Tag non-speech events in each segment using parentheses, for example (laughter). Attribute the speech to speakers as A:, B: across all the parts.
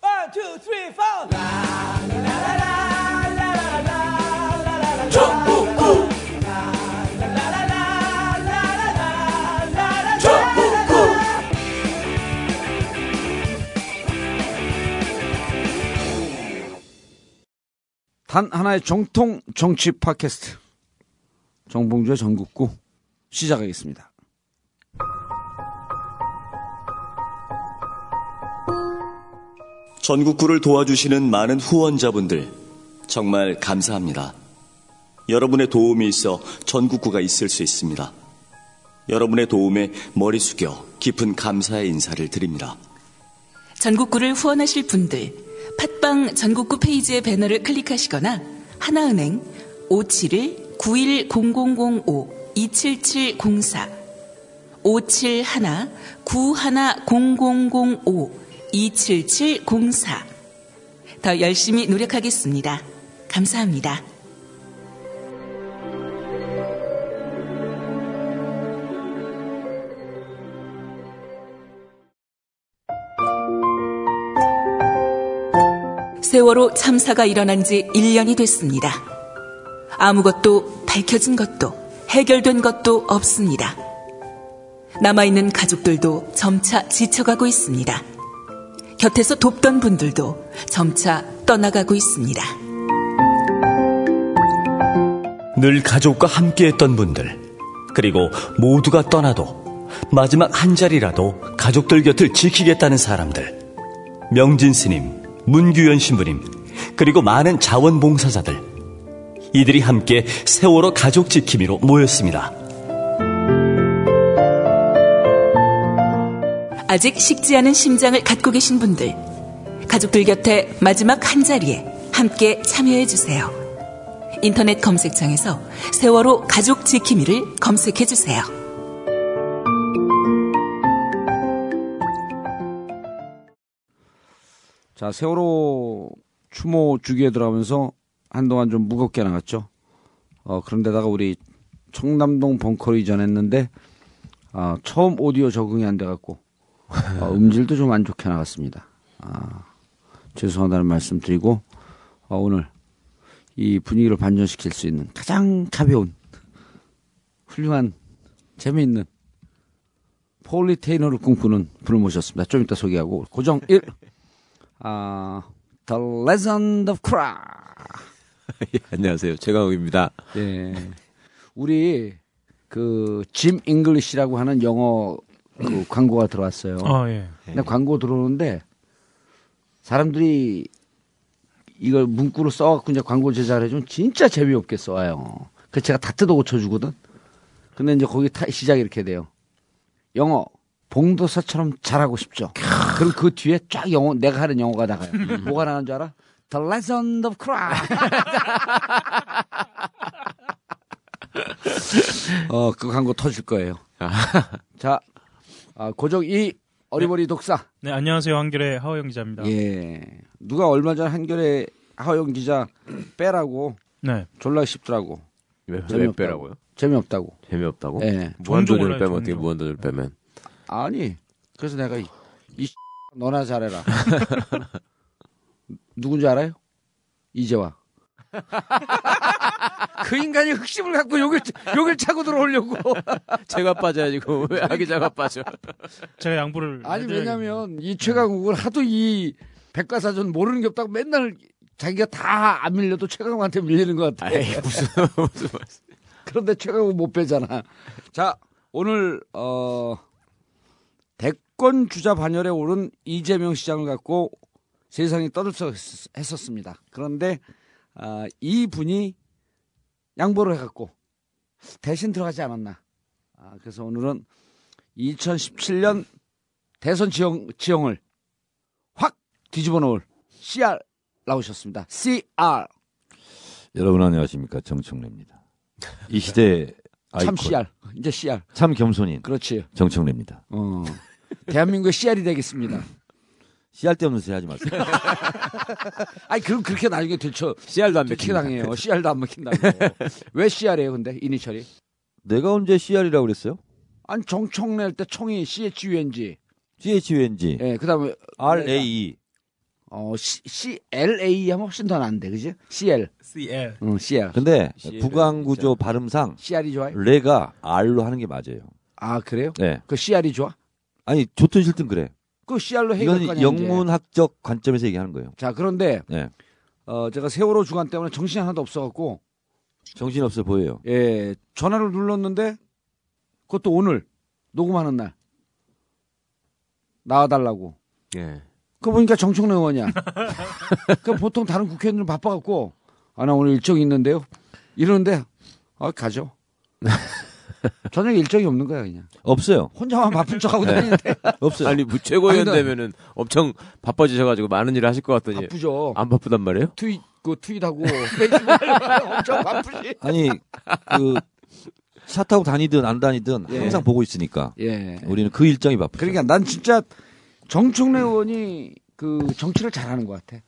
A: One, two, three, four.
B: 단 하나의 정통 정치 팟캐스트 정봉주의 전국구 시작하겠습니다.
C: 전국구를 도와주시는 많은 후원자분들 정말 감사합니다. 여러분의 도움이 있어 전국구가 있을 수 있습니다. 여러분의 도움에 머리 숙여 깊은 감사의 인사를 드립니다.
D: 전국구를 후원하실 분들 팟빵 전국구 페이지의 배너를 클릭하시거나 하나은행 571-910005-27704 571-910005-27704 더 열심히 노력하겠습니다. 감사합니다. 세월호 참사가 일어난 지 1년이 됐습니다. 아무것도 밝혀진 것도 해결된 것도 없습니다. 남아있는 가족들도 점차 지쳐가고 있습니다. 곁에서 돕던 분들도 점차 떠나가고 있습니다.
C: 늘 가족과 함께했던 분들 그리고 모두가 떠나도 마지막 한 자리라도 가족들 곁을 지키겠다는 사람들 명진 스님, 문규현 신부님 그리고 많은 자원봉사자들 이들이 함께 세월호 가족 지킴이로 모였습니다.
D: 아직 식지 않은 심장을 갖고 계신 분들, 가족들 곁에 마지막 한 자리에 함께 참여해 주세요. 인터넷 검색창에서 세월호 가족 지킴이를 검색해 주세요.
B: 자 세월호 추모 주기에 들어가면서 한동안 좀 무겁게 나갔죠. 어, 그런데다가 우리 청담동 벙커로 이전했는데 아, 처음 오디오 적응이 안 돼갖고 어, 음질도 좀 안 좋게 나갔습니다. 아, 죄송하다는 말씀드리고 어, 오늘 이 분위기를 반전시킬 수 있는 가장 가벼운 훌륭한 재미있는 폴리테이너를 꿈꾸는 분을 모셨습니다. 좀 이따 소개하고 고정 1 아, The Legend of Cra.
E: (laughs) 예, 안녕하세요. 최강욱입니다.
B: 예. 우리 그 짐 잉글리시라고 하는 영어 그 광고가 들어왔어요.
F: 아, 예.
B: 근데 광고 들어오는데 사람들이 이걸 문구로 써갖고 이제 광고 제작을 해주면 진짜 재미없게 써요. 그 제가 다 뜯어 고쳐주거든. 근데 이제 거기 타, 시작이 이렇게 돼요. 영어 봉도사처럼 잘하고 싶죠. 그럼 그 뒤에 쫙 영어 내가 하는 영어가 나가요.
E: 음.
B: 뭐가 나가는 줄 알아? The Legend of
E: (laughs)
B: Cry. 어, 그 광고 터질 거예요.
E: (laughs)
B: 자, 아, 고정 2 어리버리 독사.
F: 네, 안녕하세요. 한결의 하호영 기자입니다.
B: 예. 누가 얼마 전 한겨레 하영 기자 빼라고
F: 네.
B: 졸라 쉽더라고.
E: 왜, 왜
B: 재미없다고.
E: 빼라고요? 어.
B: 재미없다고.
E: 재미없다고?
B: 예.
F: 종종
E: 네. 무한도전을
F: 올라요,
E: 빼면 어떻게
F: 종종.
E: 무한도전을 빼면?
B: 아니. 그래서 내가 이, 이 너나 잘해라. (laughs) 누군지 알아요? 이재화. (laughs) 그 인간이 흑심을 갖고 욕을 욕을 차고 들어오려고.
E: 제가 빠져야지, 그왜 아기자가 빠져?
F: 제가 양보를
B: 음, 아니
F: 해드려야겠네요.
B: 왜냐면 이 최강욱을 하도 이 백과사전 모르는 게 없다고 맨날 자기가 다 안 밀려도 최강욱한테 밀리는 것 같아.
E: 에이, 무슨,
B: (laughs)
E: 무슨 말씀.
B: 그런데 최강욱 못 빼잖아. 자, 오늘 어 대권 주자 반열에 오른 이재명 시장을 갖고 세상이 떠들썩했었습니다. 그런데 아, 이분이 양보를 해갖고 대신 들어가지 않았나. 아, 그래서 오늘은 2017년 대선 지형, 지형을 확 뒤집어 놓을 CR 나오셨습니다. CR
G: 여러분 안녕하십니까 정청래입니다. 이 시대
B: (laughs) 참
G: 아이콘
B: CR 이제 CR
G: 참 겸손인
B: 그렇지.
G: 정청래입니다.
B: 어. 대한민국의 CR이 되겠습니다.
G: 씨알 데 없는 소리 하지
B: (laughs)
G: 마세요. (laughs)
B: 아니, 그럼 그렇게 나중에 들쳐,
E: CR도 안
B: 들키게
E: 맥힌다.
B: 당해요. CR도 안
G: (laughs)
B: 먹힌다고. 왜 CR이에요, 근데? 이니셜이?
G: 내가 언제 씨알이라고 그랬어요?
B: 아니, 정청래 할 때 청이 CHUNG. 네.
G: CHUNG
B: 예, 그 다음에.
G: RAE
B: 어, C, CLA 하면 훨씬 더 나은데, 그지? CL.
F: CL.
B: 응, CL.
G: 근데
E: CL은
G: 부강 구조 발음상
B: CR이 좋아요?
G: 레가 R로 하는 게 맞아요.
B: 아, 그래요?
G: 네.
B: 그 CR이 좋아?
G: 아니 좋든 싫든 그래.
B: 그 CR로 해결 거
G: 이건
B: 아니야, 이제.
G: 영문학적 관점에서 얘기하는 거예요.
B: 자, 그런데,
G: 네.
B: 어, 제가 세월호 주간 때문에 정신이 하나도 없어갖고,
G: 정신 없어 보여요.
B: 예, 전화를 눌렀는데, 그것도 오늘, 녹음하는 날. 나와달라고.
E: 예.
B: 그 보니까 정청래 의원이야. (laughs) 그 보통 다른 국회의원들은 바빠갖고 아 나 오늘 일정이 있는데요. 이러는데 아 가죠. 저녁에 일정이 없는 거야 그냥.
G: 없어요.
B: 혼자만 바쁜 척하고 다니는데 (laughs)
G: 없어요.
E: 아니 뭐 최고위원
B: 아니, 나-
E: 되면은 엄청 바빠지셔가지고 많은 일을 하실 것 같더니
B: 바쁘죠.
E: 안 바쁘단 말이에요?
B: 트윗 그 트윗하고 페이스북 하려고 엄청 바쁘지.
G: 아니 그 차 타고 다니든 안 다니든
B: 예.
G: 항상 보고 있으니까
B: 예.
G: 우리는 그 일정이 바쁘죠.
B: 그러니까 난 진짜 정청래 의원이 그 정치를 잘하는 것 같아.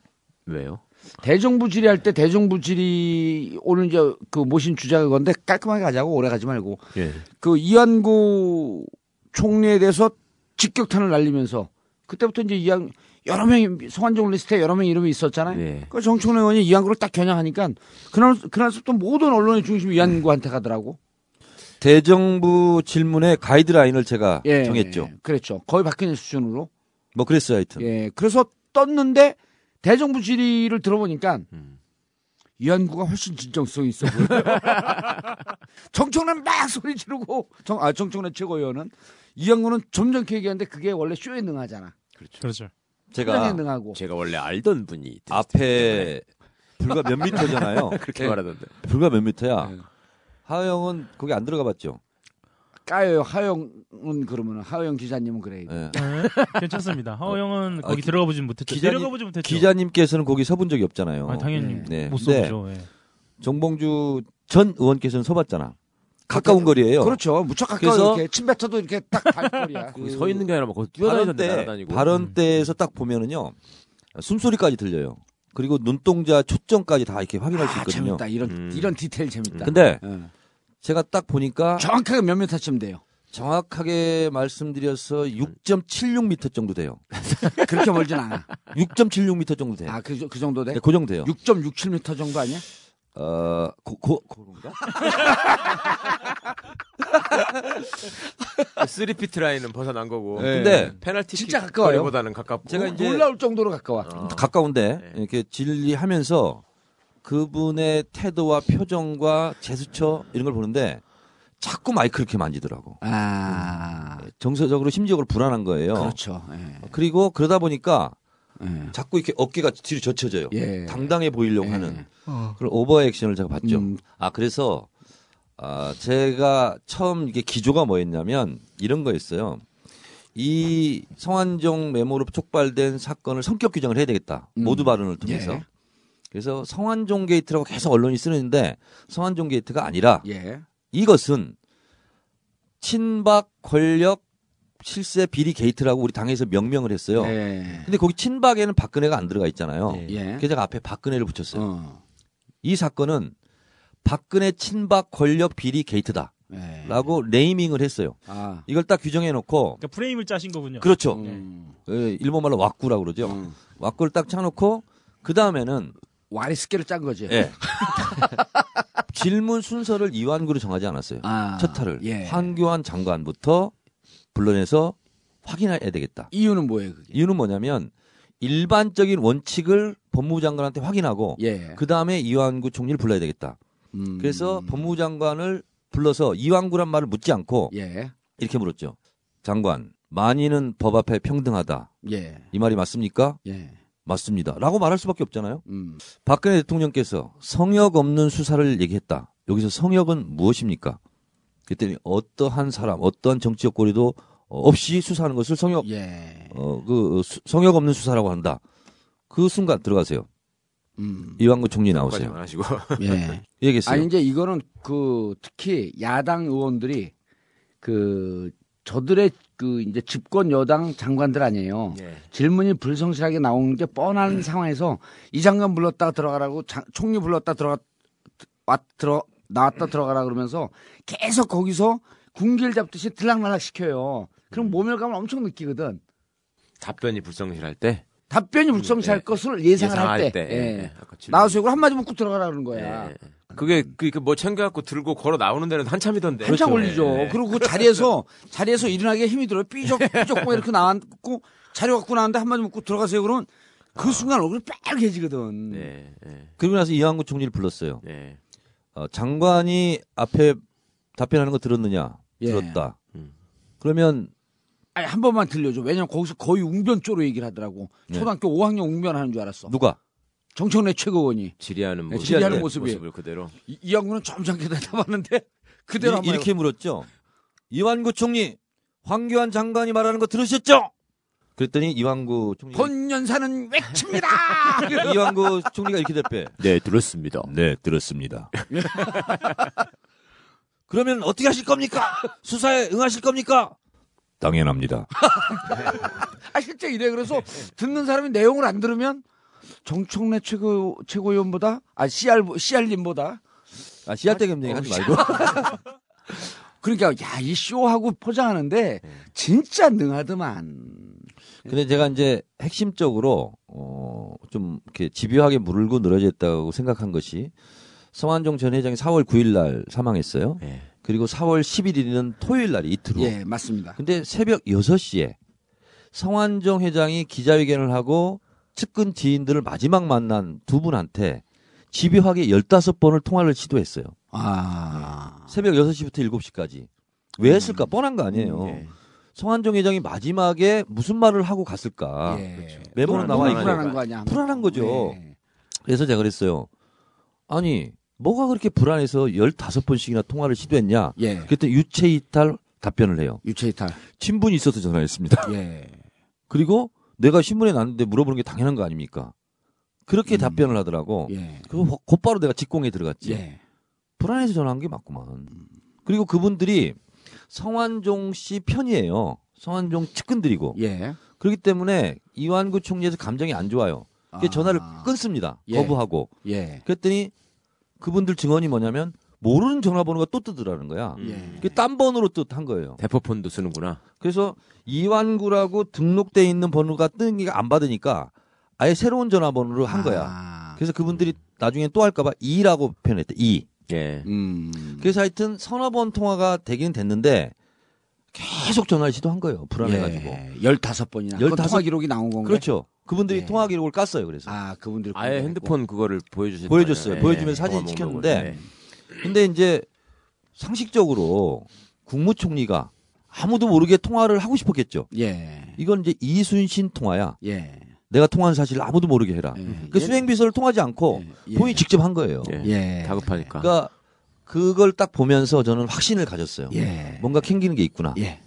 E: 왜요?
B: 대정부 질의할 때 대정부 질의 오늘 이제 그 모신 주자가 건데 깔끔하게 가자고 오래 가지 말고
E: 예.
B: 그 이한구 총리에 대해서 직격탄을 날리면서 그때부터 이제 이한 여러 명이 성한종 리스트에 여러 명 이름이 있었잖아요.
E: 예.
B: 그 정청래 의원이 이한구를 딱 겨냥하니까 그날 그날부터 모든 언론의 중심이 이한구한테 가더라고.
G: 대정부 질문의 가이드라인을 제가
B: 예.
G: 정했죠.
B: 그랬죠. 거의 박근혜 수준으로.
G: 뭐 그랬어요, 하여튼.
B: 예. 그래서 떴는데 대정부 질의를 들어보니까
G: 음.
B: 이한구가 훨씬 진정성이 있어
G: (laughs)
B: 보여요. 정청래는 막 소리 지르고 정, 아 정청래 최고위원은 이한구는 점잖게 얘기하는데 그게 원래 쇼에 능하잖아.
F: 그렇죠.
B: 시간에
G: 제가
B: 능하고.
E: 제가 원래 알던 분이
G: 앞에 불과 몇 미터잖아요. 예,
E: 그렇게 말하던데.
G: 불과 몇 미터야. 하영은 거기 안 들어가 봤죠.
B: 까요 하영은 그러면 하영 기자님은 그래. 요
G: 예.
F: 괜찮습니다. 하호영은 거기 들어가 보진 못했죠.
G: 기자님-
F: 내려가 보진 못했죠.
G: 기자님께서는 거기 서본 적이 없잖아요.
F: 아, 당연히
G: 네.
F: 못
G: 근데
F: 써보죠. 예.
G: 정봉주 전 의원께서는 서봤잖아. 가까운 거리예요.
B: 그렇죠. 무척 가까워
G: 그래서-
B: 이렇게 침뱉어도 이렇게 딱
G: (laughs)
B: 발걸이야.
E: 거기 서 있는 게 아니라 막 거기서 그
G: 발언
E: 뛰어다니던데
G: 때
E: 날아다니고. 음.
G: 발언 때에서 딱 보면은요 숨소리까지 들려요. 그리고 눈동자 초점까지 다 이렇게 확인할 수
B: 아,
G: 있거든요.
B: 재밌다. 이런
E: 음.
B: 이런 디테일 재밌다.
G: 근데
B: 예.
G: 제가 딱 보니까
B: 정확하게 몇 미터 치면 돼요.
G: 정확하게 말씀드려서
B: 음.
G: 6.76m
B: (laughs)
G: 정도 돼요.
B: 그렇게 멀진 않아.
G: 6.76m 정도 돼요.
B: 아그 그 정도 돼?
G: 네, 그 정도 돼요.
B: 6.67m 정도 아니야?
G: 어, 고, 고,
B: (laughs)
G: 그런가?
E: 3피트 아, 라인은 벗어난 거고.
G: 네. 근데
E: 페널티
B: 진짜
E: 킥
B: 가까워요. 어. 네.
E: 거리보다는 가깝고.
G: 제가 이제 어.
B: 놀라울 정도로 가까워.
G: 가까운데 이렇게 진리하면서 그분의 태도와 표정과 제스처 이런 걸 보는데 자꾸 마이크를 이렇게 만지더라고.
B: 아
G: 음. 정서적으로 심리적으로 불안한 거예요.
B: 그렇죠. 예.
G: 그리고 그러다 보니까
B: 예.
G: 자꾸 이렇게 어깨가 뒤로 젖혀져요.
B: 예.
G: 당당해 보이려고
B: 예.
G: 하는 그런 오버 액션을 제가 봤죠.
B: 음.
G: 아 그래서 아 제가 처음 이게 기조가 뭐였냐면 이런 거였어요. 이 성한종 메모로 촉발된 사건을 성격 규정을 해야 되겠다. 모두 발언을 통해서.
B: 음. 예.
G: 그래서 성한종 게이트라고 계속 언론이 쓰는데 성한종 게이트가 아니라
B: 예.
G: 이것은 친박 권력 실세 비리 게이트라고 우리 당에서 명명을 했어요.
B: 예.
G: 근데 거기 친박에는 박근혜가 안 들어가 있잖아요.
E: 네.
B: 예.
G: 그래서 제가 앞에 박근혜를 붙였어요.
B: 어.
G: 이 사건은 박근혜 친박 권력 비리 게이트다라고
B: 예.
G: 네이밍을 했어요.
B: 아.
G: 이걸 딱 규정해 놓고
F: 그러니까 프레임을 짜신 거군요.
G: 그렇죠.
B: 음.
G: 예, 일본말로 왁구라고 그러죠.
B: 음.
G: 왁구를 딱 차놓고 그 다음에는
B: 와리스케를 짠 거지.
G: 예. (laughs) 질문 순서를 이완구로 정하지 않았어요.
B: 아,
G: 첫 타를
B: 예.
G: 황교안 장관부터 불러내서 확인해야 되겠다.
B: 이유는 뭐예요, 그게?
G: 이유는 뭐냐면 일반적인 원칙을 법무부 장관한테 확인하고
B: 예.
G: 그 다음에 이완구 총리를 불러야 되겠다.
B: 음.
G: 그래서 법무부 장관을 불러서 이완구란 말을 묻지 않고
B: 예.
G: 이렇게 물었죠. 장관, 만인은 법 앞에 평등하다.
B: 예.
G: 이 말이 맞습니까?
B: 예.
G: 맞습니다. 라고 말할 수밖에 없잖아요.
B: 음.
G: 박근혜 대통령께서 성역 없는 수사를 얘기했다. 여기서 성역은 무엇입니까? 그랬더니 어떠한 사람, 어떠한 정치적 고리도 없이 수사하는 것을 성역,
B: 예.
G: 어, 그, 수- 성역 없는 수사라고 한다. 그 순간 들어가세요.
B: 음.
G: 이완구 총리
E: 까지만
G: 나오세요.
E: 하시고. (laughs)
B: 예.
G: 얘기했어요.
B: 아니 이제 이거는 그 특히 야당 의원들이 그 저들의 그 이제 집권 여당 장관들 아니에요.
E: 예.
B: 질문이 불성실하게 나오는 게 뻔한
E: 음.
B: 상황에서 이 장관 불렀다 들어가라고 장- 총리 불렀다 들어가 왔 들어 나왔다 들어가라 그러면서 계속 거기서 군길 잡듯이
E: 음.
B: 들락날락 시켜요. 그럼 모멸감을 엄청 느끼거든.
E: 답변이 불성실할 때.
H: 답변이 불성실할
E: 예.
H: 것을 예상을
E: 예상할
H: 할 때.
E: 때, 예, 예.
H: 예.
E: 아까 질문.
H: 나와서 이걸 한마디 묻고 들어가라 그러는 거야.
E: 예. 그게 그뭐 챙겨갖고 들고 걸어 나오는 데는
G: 네.
E: 한참이던데.
B: 한참
E: 그렇죠.
B: 걸리죠.
E: 예.
B: 그리고 그 자리에서 (laughs) 자리에서 일어나기가 힘이 들어요. 삐적 삐적 뭐 이렇게 나왔고 자료 갖고 나왔는데 한마디 묻고 들어가세요. 그러면 그 순간 얼굴이 빨개지거든.
G: 네.
E: 예, 예,
G: 그리고 나서 이왕구 총리를 불렀어요.
E: 예.
G: 어, 장관이 앞에 답변하는 거 들었느냐?
B: 예.
G: 들었다.
E: 음.
G: 그러면
B: 아니 한 번만 들려줘. 왜냐면 거기서 거의 웅변조로 얘기를 하더라고.
G: 네.
B: 초등학교 5학년 웅변하는 줄 알았어.
G: 누가?
B: 정청래 최고원이
E: 지리하는
B: 예,
E: 모습.
B: 지리하는
E: 네,
B: 모습이.
E: 모습을 그대로.
B: 이, 이 양반은 점잖게 대답하는데 그대로
G: 이,
B: 한번
G: 이렇게 물었죠. 이완구 총리, 황교안 장관이 말하는 거 들으셨죠? 그랬더니 이완구 총리
B: 본연사는
G: (laughs)
B: 외칩니다.
G: 이완구 총리가 이렇게 대답해.
E: 네, 들었습니다.
G: 네, 들었습니다. (laughs) 그러면 어떻게 하실 겁니까? 수사에 응하실 겁니까? 당연합니다.
B: 아 실제 이래 그래서 듣는 사람이 내용을 안 들으면 정청래 최고 최고위원보다 아 CR CR님보다
G: 아, 씨앗대 겸쟁이 하지 말고.
B: 그러니까 야 이 쇼하고 포장하는데
G: 예.
B: 진짜 능하더만.
G: 근데 제가 이제 핵심적으로 어, 좀 이렇게 집요하게 물고 늘어졌다고 생각한 것이 성한종 전 회장이 4월 9일 날 사망했어요.
E: 예.
G: 그리고 4월 11일은 토요일 날이 이틀 후.
B: 예 맞습니다.
G: 근데 새벽 6시에 성한종 회장이 기자회견을 하고 측근 지인들을 마지막 만난 두 분한테 집요하게 15번을 통화를 시도했어요.
B: 아
G: 새벽 6시부터 7시까지. 왜 했을까? 뻔한 거 아니에요.
E: 예.
G: 성한종 회장이 마지막에 무슨 말을 하고 갔을까?
B: 예.
G: 메모로
B: 불안-
G: 아, 그렇죠. 나와
B: 불안-
G: 있고.
B: 불안한 거 아니야?
G: 불안한 거죠.
B: 예.
G: 그래서 제가 그랬어요. 아니, 뭐가 그렇게 불안해서 15번씩이나 통화를 시도했냐?
B: 예.
G: 그랬더니 유체 이탈 답변을 해요.
B: 유체이탈.
G: 친분이 있어서 전화했습니다. (laughs)
B: 예.
G: 그리고 내가 신문에 났는데 물어보는 게 당연한 거 아닙니까? 그렇게 답변을 하더라고.
B: 음. 예.
G: 그리고 호- 곧바로 내가 직공에 들어갔지.
B: 예. 음.
G: 불안해서 전화한 게 맞구만. 그리고 그분들이 성환종 씨 편이에요. 성환종 측근들이고.
B: 예.
G: 그렇기 때문에 이완구 총리에서 감정이 안 좋아요. 그래서
B: 아.
G: 전화를 끊습니다.
B: 예.
G: 거부하고.
B: 예.
G: 그랬더니 그분들 증언이 뭐냐면 모르는 전화번호가 또 뜨더라는 거야.
B: 예.
G: 그게 딴 번호로 또 한 거예요.
E: 대포폰도 쓰는구나.
G: 그래서 이완구라고 등록돼 있는 번호가 뜨는 게 안 받으니까 아예 새로운 전화번호로 한 거야.
B: 아,
G: 그래서 그분들이 나중에 또 할까봐 이라고 표현했대. 이.
E: 예.
B: 음.
G: 그래서 하여튼 서너 번 통화가 되긴 됐는데 계속 전화를 시도한 거예요. 불안해가지고.
B: 예. 15번이나. 15...
G: 15
B: 통화 기록이 나온 건가요?
G: 그렇죠. 그분들이
B: 예.
G: 통화 기록을 깠어요. 그래서.
B: 아, 그분들
E: 아예 핸드폰 그거를 예, 보여주셨
G: 보여줬어요. 보여주면서
B: 네.
G: 사진
E: 네.
G: 찍혔는데. 근데 이제 상식적으로 국무총리가 아무도 모르게 통화를 하고 싶었겠죠.
B: 예.
G: 이건 이제 이순신 통화야.
B: 예.
G: 내가 통화한 사실을 아무도 모르게 해라.
B: 예.
G: 그 수행비서를 통하지 않고
B: 예.
G: 본인이 직접 한 거예요.
B: 예.
E: 다급하니까.
G: 그러니까 그걸 딱 보면서 저는 확신을 가졌어요.
B: 예.
G: 뭔가 캥기는 게 있구나.
B: 예.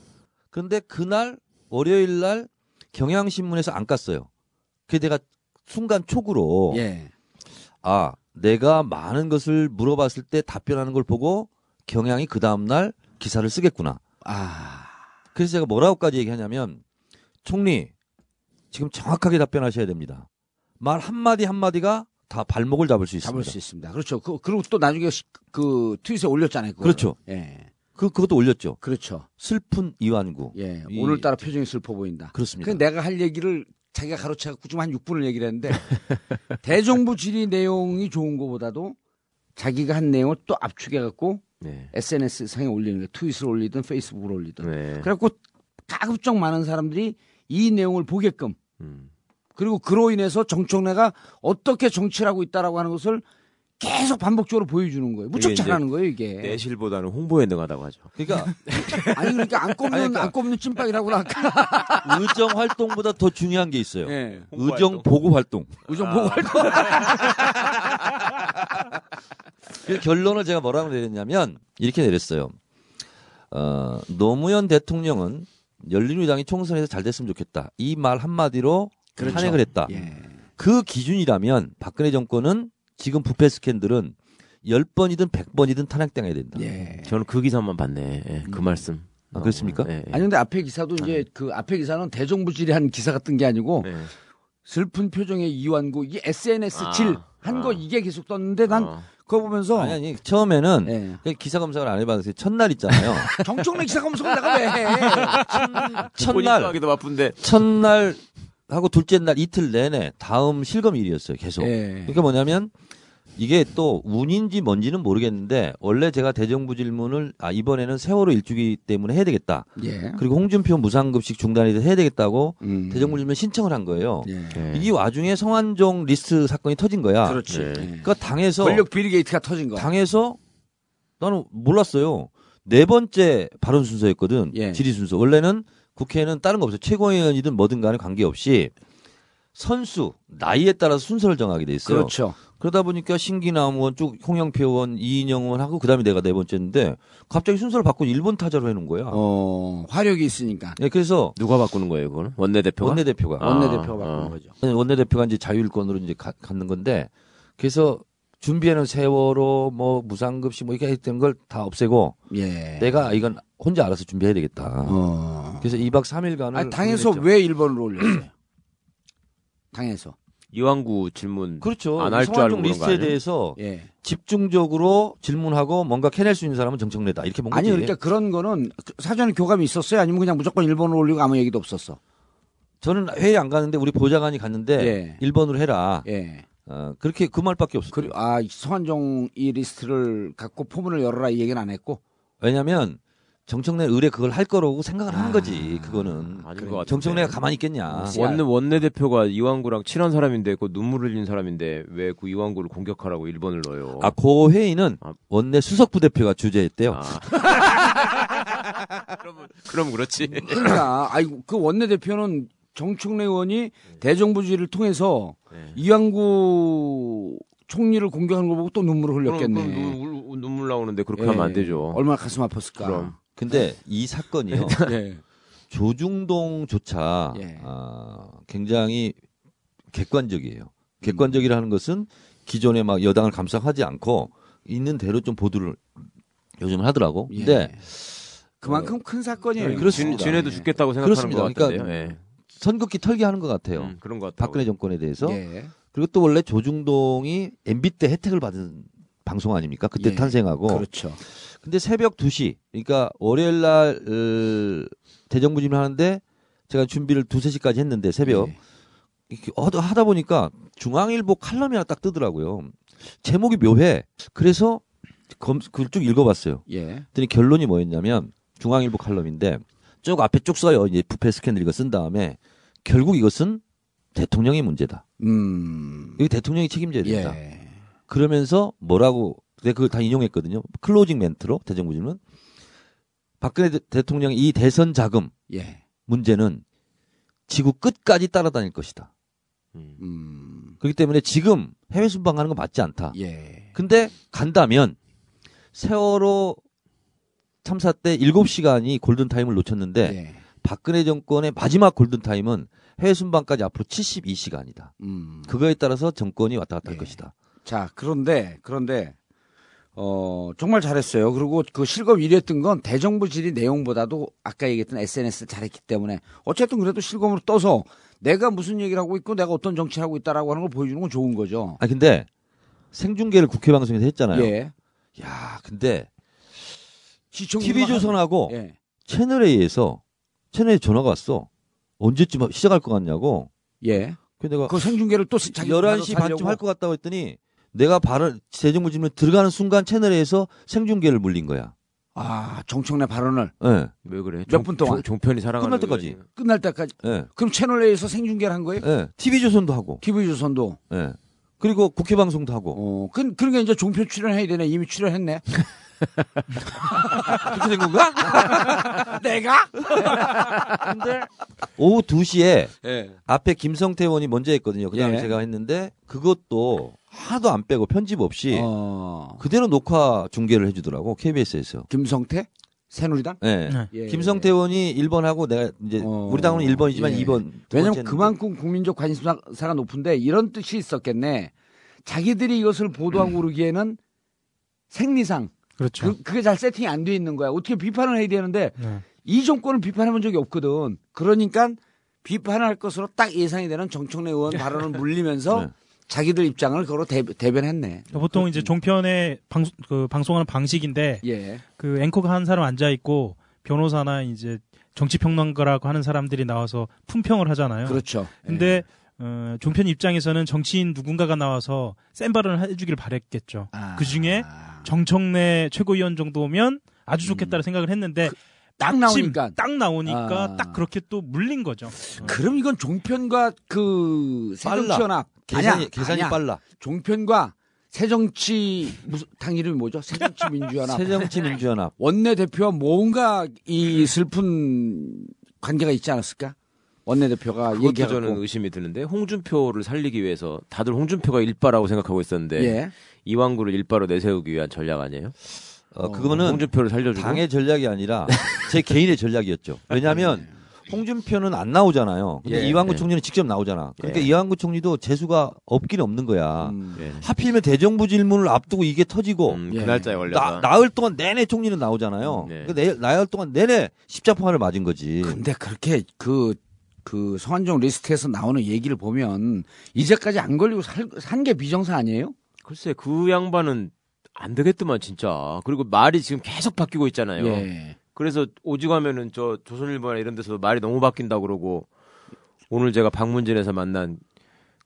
G: 그런데 그날 월요일 날 경향신문에서 안 깠어요. 그게 내가 순간 촉으로
B: 예.
G: 아 내가 많은 것을 물어봤을 때 답변하는 걸 보고 경향이 그 다음 날 기사를 쓰겠구나.
B: 아.
G: 그래서 제가 뭐라고까지 얘기하냐면 총리 지금 정확하게 답변하셔야 됩니다. 말 한마디 한마디가 다 발목을 잡을 수 있습니다.
B: 잡을 수 있습니다. 그렇죠. 그, 그리고 또 나중에 시- 그 트윗에 올렸잖아요. 그거
G: 그렇죠.
B: 예.
G: 그 그것도 올렸죠.
B: 그렇죠.
G: 슬픈 이완구.
B: 예.
G: 이-
B: 오늘따라 표정이 슬퍼 보인다.
G: 그렇습니다.
B: 그 내가 할 얘기를 자기가 가로채갖고 지금 한 6분을 얘기를 했는데 (laughs) 대정부 질의 내용이 좋은 것보다도 자기가 한 내용을 또 압축해갖고
E: 네.
B: SNS 상에 올리는 게 트윗을 올리든 페이스북을 올리든
E: 네.
B: 그래갖고 가급적 많은 사람들이 이 내용을 보게끔
E: 음.
B: 그리고 그로 인해서 정청래가 어떻게 정치를 하고 있다라고 하는 것을 계속 반복적으로 보여주는 거예요. 무척
E: 이게 이제
B: 잘하는 거예요 이게.
E: 네.
G: 네.
E: 내실보다는 홍보에 능하다고 하죠.
G: 그러니까 (laughs)
B: 아니 그러니까 안 꼽는
G: 아니, 그러니까-
B: 안 꼽는 찐빵이라고 아까
G: 의정 활동보다 더 중요한 게 있어요.
B: 예.
G: 의정 보고 활동.
B: 우정 보고 할 거.
G: 그래서 결론을 제가 뭐라고 내렸냐면 이렇게 내렸어요. 어, 노무현 대통령은 열린우리당이 총선에서 잘 됐으면 좋겠다. 이 말 한마디로 탄핵을 했다.
B: 예.
G: 그 기준이라면 박근혜 정권은 지금 부패 스캔들은 10번이든 100번이든 탄핵당해야 된다.
B: 예.
E: 저는 그 기사만 봤네. 예, 그 말씀.
G: 아, 그렇습니까?
E: 예, 예.
B: 아니 근데 앞에 기사도
E: 네.
B: 이제 그 앞에 기사는 대정부질의한 기사 같은 게 아니고
E: 예.
B: 슬픈 표정의 이완구 이 SNS 질
E: 아,
B: 한 거
E: 아.
B: 이게 계속 떴는데 난
E: 어.
B: 그거 보면서
G: 아니, 아니, 처음에는
B: 예.
G: 그냥 기사 검색을 안 해봤어요. 첫날
B: (laughs)
G: 있잖아요.
E: (laughs) 아,
B: 정청래 기사 검색을 내가 왜 해?
G: 첫날
E: 하기도 바쁜데.
G: 첫날 하고 둘째 날 이틀 내내 다음 실검일이었어요. 계속.
B: 예.
G: 그러니까 뭐냐면 이게 또 운인지 뭔지는 모르겠는데 원래 제가 대정부 질문을 아 이번에는 세월호 일주기 때문에 해야 되겠다.
B: 예.
G: 그리고 홍준표 무상급식 중단이 해야 되겠다고
B: 음.
G: 대정부 질문 신청을 한 거예요.
B: 예.
G: 이 와중에 성완종 리스트 사건이 터진 거야.
B: 그렇지. 예.
G: 그러니까 당에서
B: 권력 비리 게이트가 터진 거.
G: 당에서 나는 몰랐어요. 네 번째 발언 순서였거든.
B: 예.
G: 질의 순서. 원래는 국회에는 다른 거 없어요. 최고위원이든 뭐든 간에 관계없이 선수 나이에 따라서 순서를 정하게 돼 있어요.
B: 그렇죠.
G: 그러다 보니까 신기남 의원 쭉 홍영표 의원 이인영 의원 하고 그다음에 내가 네 번째인데 갑자기 순서를 바꾸고 일본 타자로 해놓은 거야.
B: 어, 화력이 있으니까.
G: 예, 그래서
E: 누가 바꾸는 거예요, 그거는? 원내대표가?
G: 원내대표가 어.
E: 아,
B: 원내대표가 바꾸는
E: 아.
B: 거죠.
G: 아니, 원내대표가 이제 자율권으로 이제 가- 갖는 건데 그래서 준비해놓은 세월호 뭐 무상급식 뭐 이렇게 했던 걸 다 없애고
B: 예.
G: 내가 이건 혼자 알아서 준비해야 되겠다.
B: 어.
G: 그래서 2박 3일간을
B: 아, 당에서 왜 1번으로 올렸어요? 당에서.
E: 이왕구 질문.
G: 그렇죠.
E: 안할줄
G: 성완종
E: 알고 그런 거
G: 리스트에
E: 아니에요?
G: 대해서
B: 예.
G: 집중적으로 질문하고 뭔가 캐낼 수 있는 사람은 정청래다 이렇게 뭔가
B: 아니 그러니까 그런 거는 그- 사전에 교감이 있었어요? 아니면 그냥 무조건 1번으로 올리고 아무 얘기도 없었어?
G: 저는 회의 안 가는데 우리 보좌관이 갔는데
B: 예.
G: 일 1번으로 해라.
B: 예.
G: 어, 그렇게 그 말밖에 없어요.
B: 그리고 아, 성한종 이 리스트를 갖고 포문을 열어라 이 얘기는 안 했고.
G: 왜냐하면 정청래 의뢰 그걸 할 거라고 생각을 한 거지. 그거는 그러니까
E: 아닌 것 같은데.
G: 정청래가 가만히 있겠냐.
B: 뭐,
E: 아, 원내 원내대표가 이왕구랑 친한 사람인데 그 눈물 흘린 사람인데 왜 그 이왕구를 공격하라고 1번을 넣어요?
G: 아, 그 회의는 원내 수석부 대표가 주재했대요.
E: 그럼 그렇지.
B: (clears throat)
G: 음,
B: 그러니까 아이고 그 원내대표는 정충래 의원이 대정부주의를 통해서
E: 네.
B: 이왕구 총리를 공격하는 거 보고 또 눈물을 흘렸겠네.
E: 그럼 눈- 울- 눈물 나오는데 그렇게
B: 예.
E: 하면 안 되죠.
B: 얼마나 가슴 아팠을까.
E: 그럼.
G: 근데 이 사건이요.
B: 예.
G: 조중동조차
B: 예.
G: 아, 굉장히 객관적이에요. 객관적이라는 것은 기존에 막 여당을 감싸하지 않고 있는 대로 좀 보도를 요즘 하더라고.
B: 예.
G: 근데
B: 그만큼 큰 사건이에요.
G: 예, 그렇습니다.
E: 네. 진, 해도 죽겠다고 생각하는
G: 그렇습니다.
E: 것 같은데요.
G: 그러니까
E: 예.
G: 선긋기 털기하는 것 같아요.
E: 음, 그런 것 같아요.
G: 박근혜 정권에 대해서.
B: 예.
G: 그리고 또 원래 조중동이 MB 때 혜택을 받은 방송 아닙니까? 그때
B: 예.
G: 탄생하고.
E: 뭐.
B: 그렇죠.
G: 근데 새벽 2시, 그러니까 월요일 날 어, 대정부 질문하는데 제가 준비를 2, 3시까지 했는데 새벽
B: 예.
G: 이렇게 하다- 하다 보니까 중앙일보 칼럼이 하나 딱 뜨더라고요. 제목이 묘해. 그래서 검, 그걸 쭉 읽어봤어요.
B: 예.
G: 그랬더니 결론이 뭐였냐면 중앙일보 칼럼인데 쭉 앞에 쭉 써요. 이제 부패 스캔들 이거 쓴 다음에 결국 이것은 대통령의 문제다.
B: 음.
G: 여기 대통령이 책임져야 된다.
B: 예.
G: 그러면서 뭐라고 근데 그걸 다 인용했거든요. 클로징 멘트로 대정부 질문. 박근혜 대- 대통령이 이 대선 자금
B: 예.
G: 문제는 지구 끝까지 따라다닐 것이다.
B: 음.
G: 그렇기 때문에 지금 해외 순방하는 거 맞지 않다.
B: 예.
G: 근데 간다면 세월호 참사 때 7시간이 골든타임을 놓쳤는데
B: 예.
G: 박근혜 정권의 마지막 골든타임은 해외 순방까지 앞으로 72시간이다.
B: 음.
G: 그거에 따라서 정권이 왔다 갔다 할
B: 예.
G: 것이다.
B: 자, 그런데, 그런데, 어, 정말 잘했어요. 그리고 그 실검 1위 했던 건 대정부 질의 내용보다도 아까 얘기했던 SNS 를 잘했기 때문에 어쨌든 그래도 실검으로 떠서 내가 무슨 얘기를 하고 있고 내가 어떤 정치를 하고 있다라고 하는 걸 보여주는 건 좋은 거죠.
G: 아 근데 생중계를 국회 방송에서 했잖아요.
B: 예.
G: 야 근데
B: 시청
G: TV 조선하고
B: 예.
G: 채널 A에서 채널 A 전화가 왔어. 언제쯤 시작할 것 같냐고.
B: 예.
G: 그래서 내가
B: 그 생중계를 또 쓰- 자기
G: 11시 반쯤 할 것 같다고 했더니 내가 발언 재정부 질문 들어가는 순간 채널 A에서 생중계를 물린 거야.
B: 아, 정청래 발언을
G: 예.
E: 왜 그래?
B: 몇분 동안?
E: 종, 편이 사랑하는
G: 끝날 때까지.
E: 거지.
B: 끝날 때까지.
G: 예.
B: 그럼 채널 A에서 생중계를 한 거예요?
G: 예. TV 조선도 하고.
B: TV 조선도.
G: 예. 그리고 국회 방송도 하고.
B: 어, 그, 그러니까 이제 종편 출연해야 되네. 이미 출연했네.
G: 그렇게 된 건가?
B: 내가?
G: 오후 2시에
B: 예.
G: 앞에 김성태 의원이 먼저 했거든요. 그다음에
B: 예.
G: 제가 했는데 그것도 하나도 안 빼고 편집 없이
B: 어,
G: 그대로 녹화 중계를 해 주더라고. KBS에서.
B: 김성태? 새누리당?
G: 예.
B: 예.
G: 김성태 의원이 1번 하고 내가 이제
B: 어,
G: 우리 당은 1번이지만
B: 예.
G: 2번. 두
B: 왜냐면
G: 번째는
B: 그만큼 국민적 관심사가 높은데 이런 뜻이 있었겠네. 자기들이 이것을 보도하고 그러기에는 생리상
F: 그렇죠.
B: 그, 그게 잘 세팅이 안 돼 있는 거야. 어떻게 비판을 해야 되는데
F: 네.
B: 이 정권을 비판해 본 적이 없거든. 그러니까 비판할 것으로 딱 예상이 되는 정청래 의원 발언을 물리면서
G: 네.
B: 자기들 입장을 그로 대, 대변했네.
F: 그러니까 보통 이제 종편에 방송 그 방송하는 방식인데
B: 예.
F: 그 앵커가 한 사람 앉아 있고 변호사나 이제 정치평론가라고 하는 사람들이 나와서 품평을 하잖아요.
B: 그렇죠.
F: 근데 어, 종편 입장에서는 정치인 누군가가 나와서 센 발언을 해주길 바랬겠죠.
B: 아.
F: 그 중에 정청래 최고위원 정도면 아주 좋겠다는 생각을 했는데
B: 음. 그 딱
F: 마침
B: 나오니까.
F: 딱 나오니까
B: 아.
F: 딱 그렇게 또 물린 거죠. 어.
B: 그럼 이건 종편과 그
G: 빨라.
B: 새정치연합
G: 계산이
B: 아니야,
G: 계산이
B: 아니야.
G: 빨라.
B: 종편과 새정치 무슨 당 이름이 뭐죠? 새정치민주연합 (laughs)
G: (laughs) 새정치민주연합.
B: 원내 대표와 뭔가 이 슬픈 관계가 있지 않았을까? 원내 대표가
E: 그것도 저는
B: 얘기하고
E: 의심이 드는데 홍준표를 살리기 위해서 다들 홍준표가 일바라고 생각하고 있었는데
B: 예.
E: 이왕구를 일바로 내세우기 위한 전략 아니에요?
G: 어, 그거는
E: 홍준표를 살려주고
G: 당의 전략이 아니라 제 개인의 전략이었죠. 왜냐하면
B: 예.
G: 홍준표는 안 나오잖아요. 근데
E: 예,
G: 이완구
E: 예.
G: 총리는 직접 나오잖아. 그러니까
E: 예.
G: 이완구 총리도 재수가 없긴 없는 거야.
B: 음.
E: 예.
G: 하필이면 대정부 질문을 앞두고 이게 터지고
E: 음,
B: 예.
E: 그 날짜에
G: 어, 나,
E: 걸려서
G: 나흘 동안 내내 총리는 나오잖아요.
E: 음, 네.
G: 그 내- 나흘 동안 내내 십자포화를 맞은 거지.
B: 근데 예. 그렇게 그, 그 성한종 리스트에서 나오는 얘기를 보면 이제까지 안 걸리고 산 게 비정사 아니에요?
E: 글쎄 그 양반은 안 되겠더만 진짜. 그리고 말이 지금 계속 바뀌고 있잖아요.
B: 예.
E: 그래서 오직하면은 저 조선일보나 이런 데서도 말이 너무 바뀐다 그러고 오늘 제가 방문진에서 만난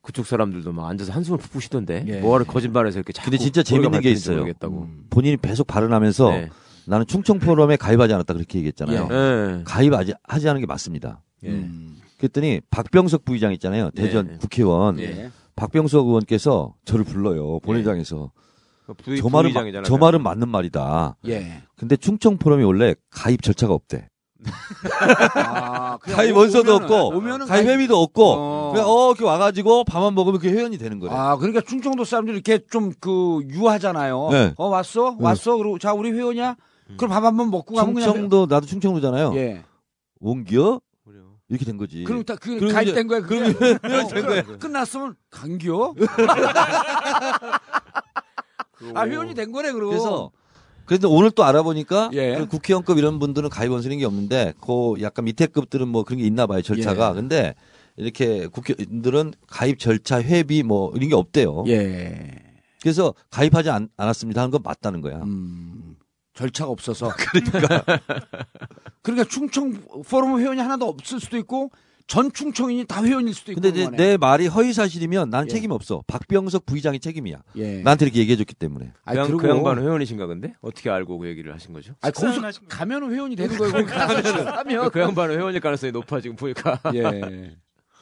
E: 그쪽 사람들도 막 앉아서 한숨을 푹푹 쉬던데
B: 예.
E: 뭐하러 거짓말해서 이렇게 자꾸
G: 근데 진짜
E: 머리가
G: 재밌는 게
E: 밝히는지
G: 있어요. 음.
E: 모르겠다고.
B: 음.
G: 본인이 계속 발언하면서
E: 네.
G: 나는 충청 포럼에 가입하지 않았다 그렇게
B: 네.
G: 얘기했잖아요.
E: 예.
G: 가입 하지, 하지 않은 게 맞습니다.
E: 예.
B: 음.
G: 그랬더니 박병석 부의장 있잖아요. 대전
E: 네.
G: 국회의원.
E: 예.
G: 박병석 의원께서 저를 불러요. 본회장에서.
B: 네.
E: 그
B: 그
E: 부의,
G: 저 말은, 마-
E: 부의장이잖아요.
G: 저 말은 맞는 말이다.
B: 예.
G: 근데 충청 포럼이 원래 가입 절차가 없대.
B: 아, 그냥
G: 가입
B: 오-
G: 원서도
B: 오면은-
G: 없고
B: 오면은
G: 가입
B: 가입-
G: 회비도 없고
B: 어.
G: 그냥 어 이렇게 와가지고 밥만 먹으면 그 회원이 되는 거래.
B: 아, 그러니까 충청도 사람들이 이렇게 좀 그 유하잖아요.
G: 네.
B: 어, 왔어? 왔어? 그리고 자, 우리 회원이야? 그럼 밥 한 번 먹고 가면 그냥.
G: 충청도 나도 충청도잖아요.
B: 회- 예.
G: 옮겨 이렇게 된 거지.
B: 그럼 다, 그,
G: 예. 그럼
B: 가입된
G: 이제-
B: 거야, 그게. 그럼 어, 그럼 끝났으면
G: (laughs)
B: 간겨? 아, 회원이 된 거네, 그럼.
G: 그래서 그래서 오늘 또 알아보니까
B: 예.
G: 그 국회의원급 이런 분들은 가입 원서는 게 없는데 그 약간 밑에 급들은 뭐 그런 게 있나 봐요 절차가.
B: 예.
G: 근데 이렇게 국회의원들은 가입 절차 회비 뭐 이런 게 없대요.
B: 예.
G: 그래서 가입하지 않, 않았습니다 하는 건 맞다는 거야.
B: 음, 절차가
G: (laughs)
B: 없어서. 그러니까. (laughs) 그러니까 충청 포럼 회원이 하나도 없을 수도 있고 전 충청인이 다 회원일 수도 있고.
G: 근데 내,
B: 그런 거네.
G: 내 말이 허위 사실이면 난
B: 예.
G: 책임 없어. 박병석 부의장이 책임이야.
B: 예.
G: 나한테 이렇게 얘기해줬기 때문에.
B: 아니,
E: 그, 양-
B: 그리고-
E: 그 양반 회원이신가 근데 어떻게 알고 그 얘기를 하신 거죠?
B: 아니, 거기서
F: 식사하시면-
B: 가면 회원이 되는 거예요.
G: (laughs)
B: 거기 가서
E: 그,
B: 가면.
E: 그 양반은 회원일 가능성이 높아 지금 보니까.
B: 예.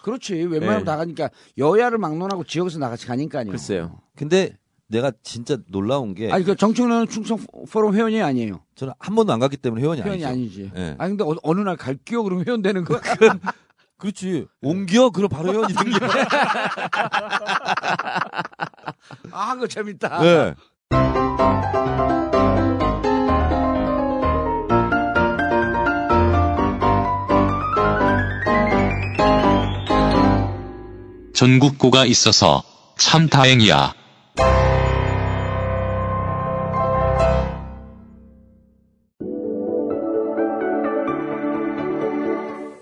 B: 그렇지. 웬만하면
E: 예.
B: 나가니까 여야를 막론하고 지역에서 나같이 가니까요.
E: 글쎄요.
G: 근데 내가 진짜 놀라운 게
B: 아니 그 정청래는 충청 포럼 회원이 아니에요.
G: 저는 한 번도 안 갔기 때문에 회원이,
B: 회원이
G: 네, 아니죠.
B: 아니지.
G: 예.
B: 아니 근데 어, 느날 갈게요. 그럼 회원 되는 거야.
G: 그렇지. 옮겨 그럼 바로 회원이 된
B: (laughs)
G: 거야.
B: 아, 그거 재밌다.
G: 네.
I: 전국고가 있어서 참 다행이야.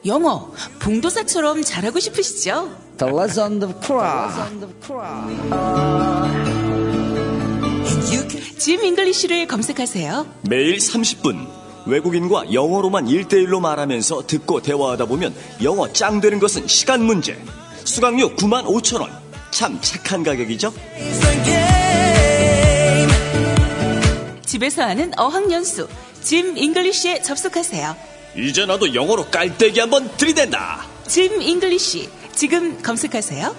D: 영어 봉도사처럼 잘하고 싶으시죠?
B: The Legend of Korra.
D: 짐 잉글리쉬를 검색하세요.
C: 매일 30분 외국인과 영어로만 일대일로 말하면서 듣고 대화하다 보면 영어 짱 되는 것은 시간 문제. 수강료 9만 5천 원. 참 착한 가격이죠?
D: 집에서 하는 어학연수 짐 잉글리쉬에 접속하세요.
C: 이제 나도 영어로 깔때기 한번 들이댄다.
D: 짐 잉글리쉬 지금 검색하세요.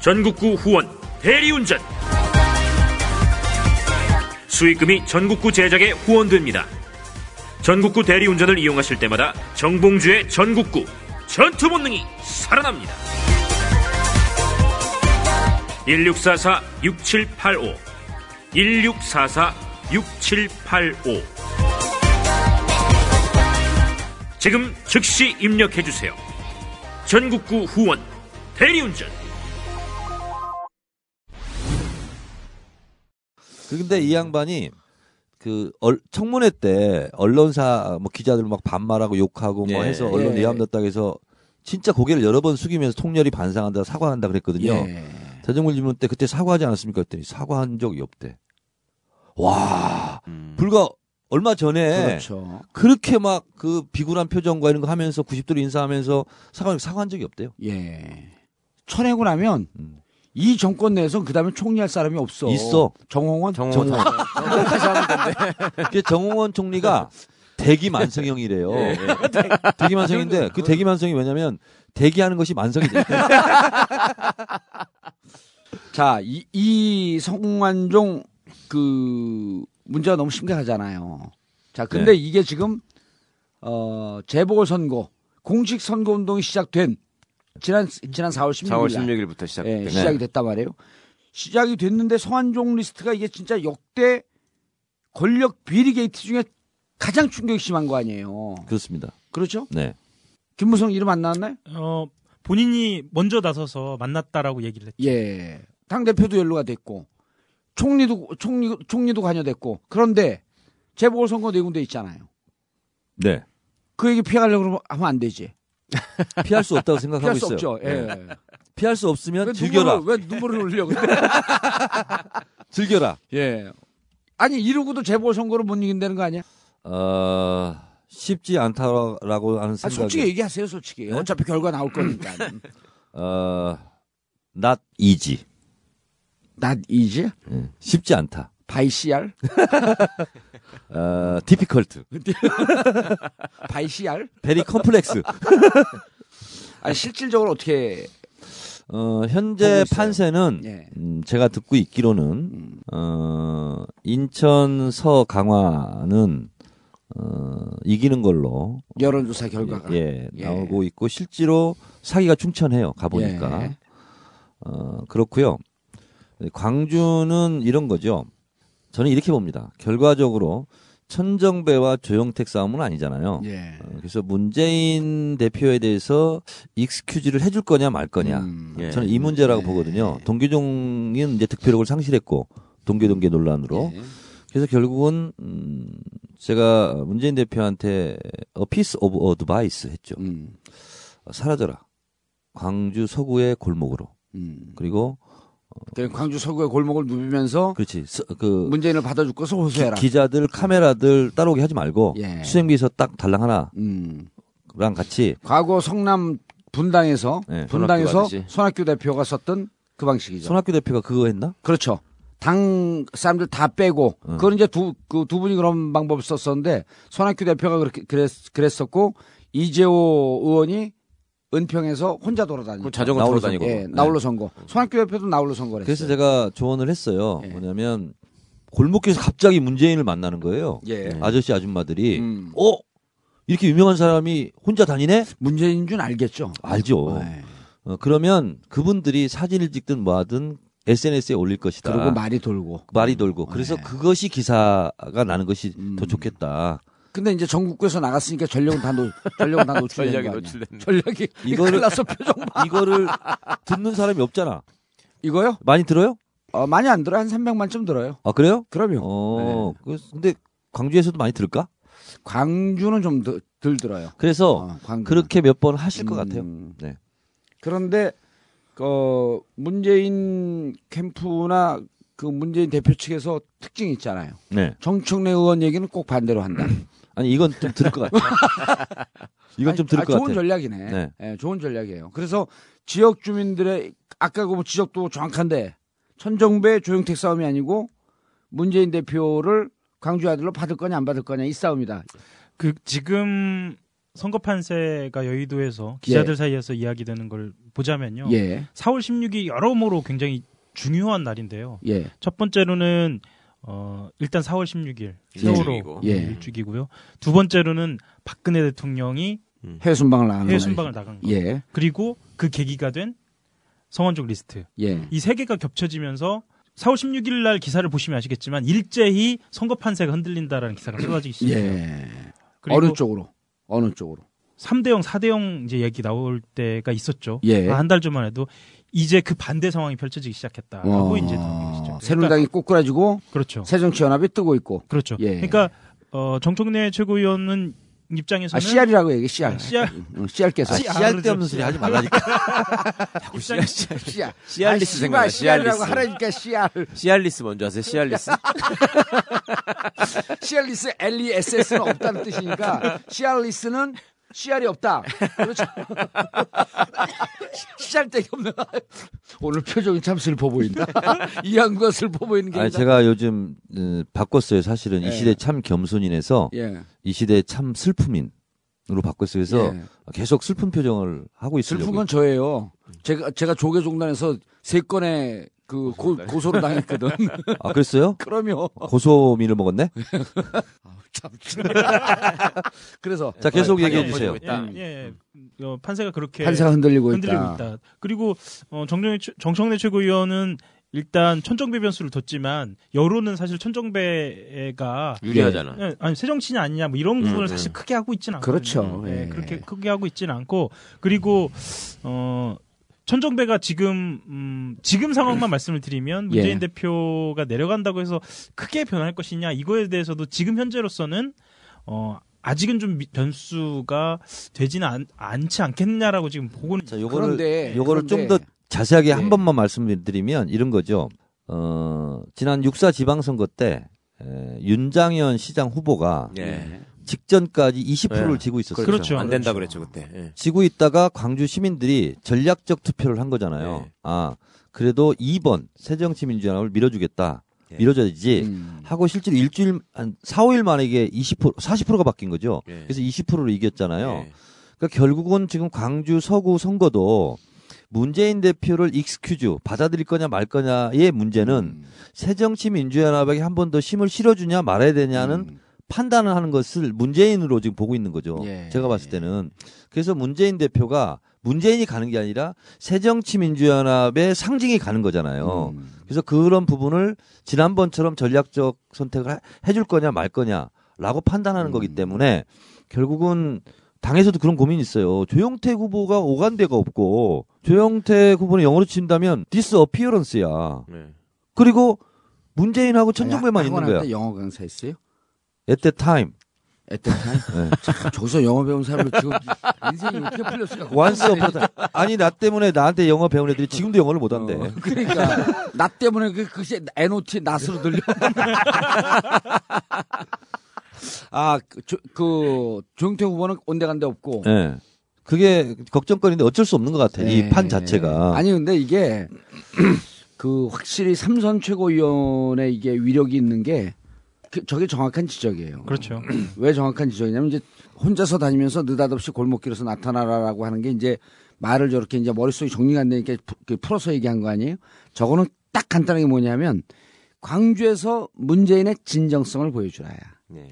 J: 전국구 후원 대리운전 수익금이 전국구 제작에 후원됩니다. 전국구 대리운전을 이용하실 때마다 정봉주의 전국구 전투 본능이 살아납니다. 1644 6785 1644 6785 지금 즉시 입력해 주세요. 전국구 후원 대리운전
G: 근데
B: 네.
G: 이 양반이 그 얼- 청문회 때 언론사 뭐 기자들 막 반말하고 욕하고 뭐
E: 예,
G: 해서 언론
B: 예.
G: 예함됐다 해서 진짜 고개를 여러 번 숙이면서 통렬히 반상한다 사과한다 그랬거든요.
B: 예.
G: 대정부 질문 때 그때 사과하지 않았습니까? 그랬더니 사과한 적이 없대. 와 불과 얼마 전에
B: 음. 그렇죠.
G: 그렇게 막 그 비굴한 표정과 이런 거 하면서 90도로 인사하면서 사과 사과한 적이 없대요.
B: 예. 쳐내고 나면
G: 음.
B: 이 정권 내에서 그 다음에 총리할 사람이 없어.
G: 있어.
B: 정홍원.
E: 정원
G: 이게 정홍원 총리가 대기 만성형이래요.
B: 예.
G: 예. 대기 만성인데 그 대기 만성이 왜냐면 대기하는 것이 만성이
B: 네.
G: 돼.
B: 자, 이, 이 성완종 그 문제가 너무 심각하잖아요. 자, 근데
G: 네.
B: 이게 지금 어 재보궐 선거 공식 선거 운동이 시작된 지난 지난 4월 16일
E: 4월 16일부터 시작된
B: 예, 시작이 됐단 말이에요. 시작이 됐는데 성완종 리스트가 이게 진짜 역대 권력 비리 게이트 중에 가장 충격이 심한 거 아니에요.
G: 그렇습니다.
B: 그렇죠?
G: 네.
B: 김무성 이름 안 나왔나요?
F: 어, 본인이 먼저 나서서 만났다라고 얘기를 했죠.
B: 예. 당대표도 연루가 됐고, 총리도, 총리, 총리도 관여됐고, 그런데 재보궐선거 네 군데 있잖아요.
G: 네.
B: 그 얘기 피하려고 그러면 하면 안 되지.
G: 피할 수 없다고
B: 피할
G: 생각하고
B: 수
G: 있어요.
B: 없죠. 예.
G: 네. 피할 수 없으면
B: 왜
G: 즐겨라.
B: 눈물을, 왜 눈물을 흘려, 근데.
G: (laughs) 즐겨라.
B: 예. 아니, 이러고도 재보궐선거를 못 이긴다는 거 아니야?
G: 어, 쉽지 않다라고 하는
B: 아,
G: 생각이.
B: 솔직히 얘기하세요, 솔직히.
G: 네.
B: 어차피 결과 나올 거니까.
G: 어, not easy.
B: 난 이제?
G: 예, 쉽지 않다.
B: 바이 CR?
G: 어,
B: (laughs)
G: difficult.
B: 바이 CR?
G: very complex.
B: 아 실질적으로 어떻게.
G: 어,
B: 보고
G: 현재
B: 있어요.
G: 판세는
B: 예. 음.
G: 음, 제가 듣고 있기로는 어, 인천 서 강화는 어, 이기는 걸로
B: 여론조사 결과가.
G: 예,
B: 예.
G: 나오고 있고 실제로 사기가 충천해요. 가보니까
B: 예.
G: 어, 그렇고요. 광주는 이런 거죠. 저는 이렇게 봅니다. 결과적으로 천정배와 조영택 싸움은 아니잖아요.
B: 예.
G: 어, 그래서 문재인 대표에 대해서 익스큐즈를 해줄 거냐 말 거냐.
B: 음,
E: 예.
G: 저는 이 문제라고
B: 예.
G: 보거든요. 동규종은 이제 득표력을 상실했고 동계동계 논란으로
B: 예.
G: 그래서 결국은 음, 제가 문재인 대표한테 어 피스 오브 어드바이스 했죠.
B: 음,
G: 사라져라. 광주 서구의 골목으로
B: 음.
G: 그리고
B: 그냥 광주 서구의 골목을 누비면서
G: 그렇지 서- 그
B: 문재인을 받아주고서 호소해라.
G: 기자들 카메라들 따라오게 하지 말고
B: 예.
G: 수행비에서 딱 달랑 하나랑
B: 음.
G: 같이
B: 과거 성남 분당에서
G: 예,
B: 분당에서
E: 손학규 아저씨.
B: 손학규 대표가 썼던 그 방식이죠.
G: 손학규 대표가 그거 했나?
B: 그렇죠. 당 사람들 다 빼고 그건 이제 두 그 두 분이 그런 방법을 썼었는데 손학규 대표가 그렇게 그랬, 그랬었고 이재호 의원이 은평에서 혼자 돌아다니고
E: 그 자전거 타고
G: 나홀로
E: 다니고
B: 예, 나홀로 선거. 손학규 대표도 나홀로 선거를
G: 그래서
B: 했어요.
G: 제가 조언을 했어요.
B: 예.
G: 뭐냐면 골목길에서 갑자기 문재인을 만나는 거예요. 네.
B: 예.
G: 아저씨 아줌마들이
B: 음.
G: 어 이렇게 유명한 사람이 혼자 다니네?
B: 문재인인 줄 알겠죠.
G: 알죠.
B: 예.
G: 어, 그러면 그분들이 사진을 찍든 뭐하든 SNS에 올릴 것이다.
B: 그리고 말이 돌고.
G: 말이 돌고 그래서
B: 네.
G: 그것이 기사가 나는 것이 더
B: 음.
G: 좋겠다.
B: 근데 이제 전국구에서 나갔으니까 전력은 다 노, 전력은 다 노출된
E: 전략이
B: 거 아니야.
E: 노출됐네.
B: 전략이
G: 이거를-
B: 이거를 나서 표정 봐.
G: 이거를 듣는 사람이 없잖아.
B: 이거요?
G: 많이 들어요?
B: 어, 많이 안 들어 한 300만쯤 들어요.
G: 아 그래요?
B: 그럼요.
G: 어 그- 근데 광주에서도 많이 들을까?
B: 광주는 좀덜 덜 들어요.
G: 그래서
B: 어, 광주.
G: 그렇게 몇 번 하실 것 같아요.
B: 음.
G: 네.
B: 그런데 어, 문재인 캠프나 그 문재인 대표 측에서 특징이 있잖아요.
G: 네.
B: 정청래 의원 얘기는 꼭 반대로 한다.
G: 아니 이건 좀 들을 것 같아요.
B: (laughs)
G: 이건 좀
B: 아니,
G: 들을
B: 아,
G: 것
B: 좋은
G: 같아요.
B: 전략이네.
G: 네.
B: 예, 좋은 전략이에요. 그래서 지역 주민들의 아까 그 지적도 정확한데 천정배 조영택 싸움이 아니고 문재인 대표를 광주 아들로 받을 거냐 안 받을 거냐 이 싸움이다.
F: 그 지금 선거 판세가 여의도에서 기자들 사이에서 이야기되는 걸 보자면요.
B: 예,
F: 4월 16일이 여러모로 굉장히 중요한 날인데요.
B: 예,
F: 첫 번째로는 어, 일단 4월 16일 세월호
B: 예.
F: 일주기고요. 두 번째로는 박근혜 대통령이
B: 해외 순방을 나가는
F: 해외
B: 거
F: 순방을 나간 거.
B: 예,
F: 그리고 그 계기가 된 성원적 리스트.
B: 예,
F: 이 세 개가 겹쳐지면서 4월 16일 날 기사를 보시면 아시겠지만 일제히 선거 판세가 흔들린다라는 기사가 쏟아지기 시작해요.
B: 예.
F: 그리고
B: 어느 쪽으로? 어느 쪽으로?
F: 3대0, 4대0 이제 얘기 나올 때가 있었죠. 아,
B: 예.
F: 한 달 전만 해도 이제 그 반대 상황이 펼쳐지기 시작했다라고
B: 와.
F: 아, 이제 그러니까 당기기 시작.
B: 어. 새누리당이 꼬꾸라지고
F: 그렇죠.
B: 새정치연합이 뜨고 아, 있고
F: 그렇죠.
B: 예.
F: 그러니까 어, 정청래 최고위원은 입장에서는
B: 아, CR이라고 얘기해, CR.
F: CR.
B: 응, CR께서.
G: 아, 씨알 때없는 소리 하지 말라니까.
F: 입장
B: CR.
E: 씨알리스 생각나,
B: CR이라고
E: 씨알리스.
B: 하라니까, CR.
E: 씨알리스 뭔지 아세요? 씨알리스.
B: CR리스, LESS는 E 없다는 뜻이니까, CR리스는 CR이 없다. 그렇죠. (laughs) CR댁이 없는. 오늘 표정이 참 슬퍼 보인다. 이 양구가 슬퍼 보이는 게.
G: 아니
B: 아니라-
G: 제가 요즘 어, 바꿨어요. 사실은
B: 예.
G: 이 시대 참 겸손인에서
B: 예.
G: 이 시대 참 슬픔인으로 바꿨어요. 그래서
B: 예.
G: 계속 슬픈 표정을 하고 있으려고.
B: 슬픈 건 저예요. 제가, 제가 조계종단에서 세 건의 그 고, 고소를 당했거든. (laughs)
G: 아 그랬어요?
B: 그럼요.
G: 고소민을 먹었네.
B: 예. 참. 그래서.
G: 자 계속
E: 아,
G: 얘기해
E: 예,
G: 주세요.
E: 예, 예.
F: 예, 예. 어, 판세가
G: 예.
F: 그렇게
B: 판세가 흔들리고 있다.
F: 흔들리고 있다. 그리고 어, 정정의 최- 정청래 최고위원은 일단 천정배 변수를 뒀지만 여론은 사실 천정배가
E: 유리하잖아.
F: 예, 아니 새정치냐 아니냐 뭐 이런 부분을 사실 크게 하고 있지는
B: 음,
F: 않고
B: 그렇죠. 예.
F: 그렇게 크게 하고 있지는 않고 그리고 어 천정배가 지금 음, 지금 상황만 말씀을 드리면 문재인
B: 예.
F: 대표가 내려간다고 해서 크게 변할 것이냐 이거에 대해서도 지금 현재로서는 어 아직은 좀 미- 변수가 되지는 않, 않지 않겠냐라고 지금 보고는
G: 자 요거를
B: 그런데.
G: 요거를 좀 더
B: 그런데
G: 자세하게
B: 예.
G: 한 번만 말씀드리면 이런 거죠. 어 지난 육사 지방선거 때 에, 윤장현 시장 후보가
E: 예.
G: 직전까지 20%를
E: 예.
G: 지고 있었어요.
F: 그렇죠.
E: 안 된다 그랬죠, 그때. 예.
G: 지고 있다가 광주 시민들이 전략적 투표를 한 거잖아요.
E: 예.
G: 아 그래도 2번 새정치민주연합을 밀어주겠다.
E: 예.
G: 밀어줘야지.
B: 음.
G: 하고 실제로 일주일 한 4, 5일 만에 이게 20% 40%가 바뀐 거죠.
E: 예.
G: 그래서 20%로 이겼잖아요.
E: 예.
G: 그러니까 결국은 지금 광주 서구 선거도 문재인 대표를 익스큐즈 받아들일 거냐 말 거냐의 문제는
B: 음.
G: 새정치민주연합에게 한 번 더 힘을 실어주냐 말아야 되냐는
B: 음.
G: 판단을 하는 것을 문재인으로 지금 보고 있는 거죠.
B: 예,
G: 제가 봤을 때는 그래서 문재인 대표가 문재인이 가는 게 아니라 새정치민주연합의 상징이 가는 거잖아요.
B: 음.
G: 그래서 그런 부분을 지난번처럼 전략적 선택을 하- 해줄 거냐 말 거냐라고 판단하는
B: 음.
G: 거기 때문에 결국은 당에서도 그런 고민이 있어요. 조영태 후보가 오간데가 없고 조영태 후보는 영어로 친다면 디스 어피어런스야.
B: 네.
E: 예.
G: 그리고 문재인하고 천정배만
B: 아니,
G: 있는
B: 학원 할
G: 거야.
B: 때 영어 강사 했어요?
G: At that time.
B: 에테타임?
G: 네.
B: 참, 저기서 영어 배운 사람을 지금 인생이 어떻게 풀렸을까? (laughs)
G: 완스 어피어런스. 아니 나 때문에 나한테 영어 배운 애들이 지금도 영어를 못 한대.
B: 어, 그러니까 (laughs) 나 때문에 그 그게 NOT 낫으로 들려. (laughs) 아, 그 아그 조영태 후보는 온데간데 없고
G: 예. 그게 걱정거리인데 어쩔 수 없는 것 같아. 이
B: 네.
G: 판 자체가.
B: 아니 근데 이게 (clears throat) 그 확실히 삼선 최고위원회 이게 위력이 있는 게 그- 저게 정확한 지적이에요.
F: 그렇죠.
B: 왜 정확한 지적이냐면 이제 혼자서 다니면서 느닷없이 골목길에서 나타나라라고 하는 게 이제 말을 저렇게 이제 머릿속이 정리가 안 되니까 푸- 그 풀어서 얘기한 거 아니에요? 저거는 딱 간단하게 뭐냐면 광주에서 문재인의 진정성을 보여주라야.
E: 예.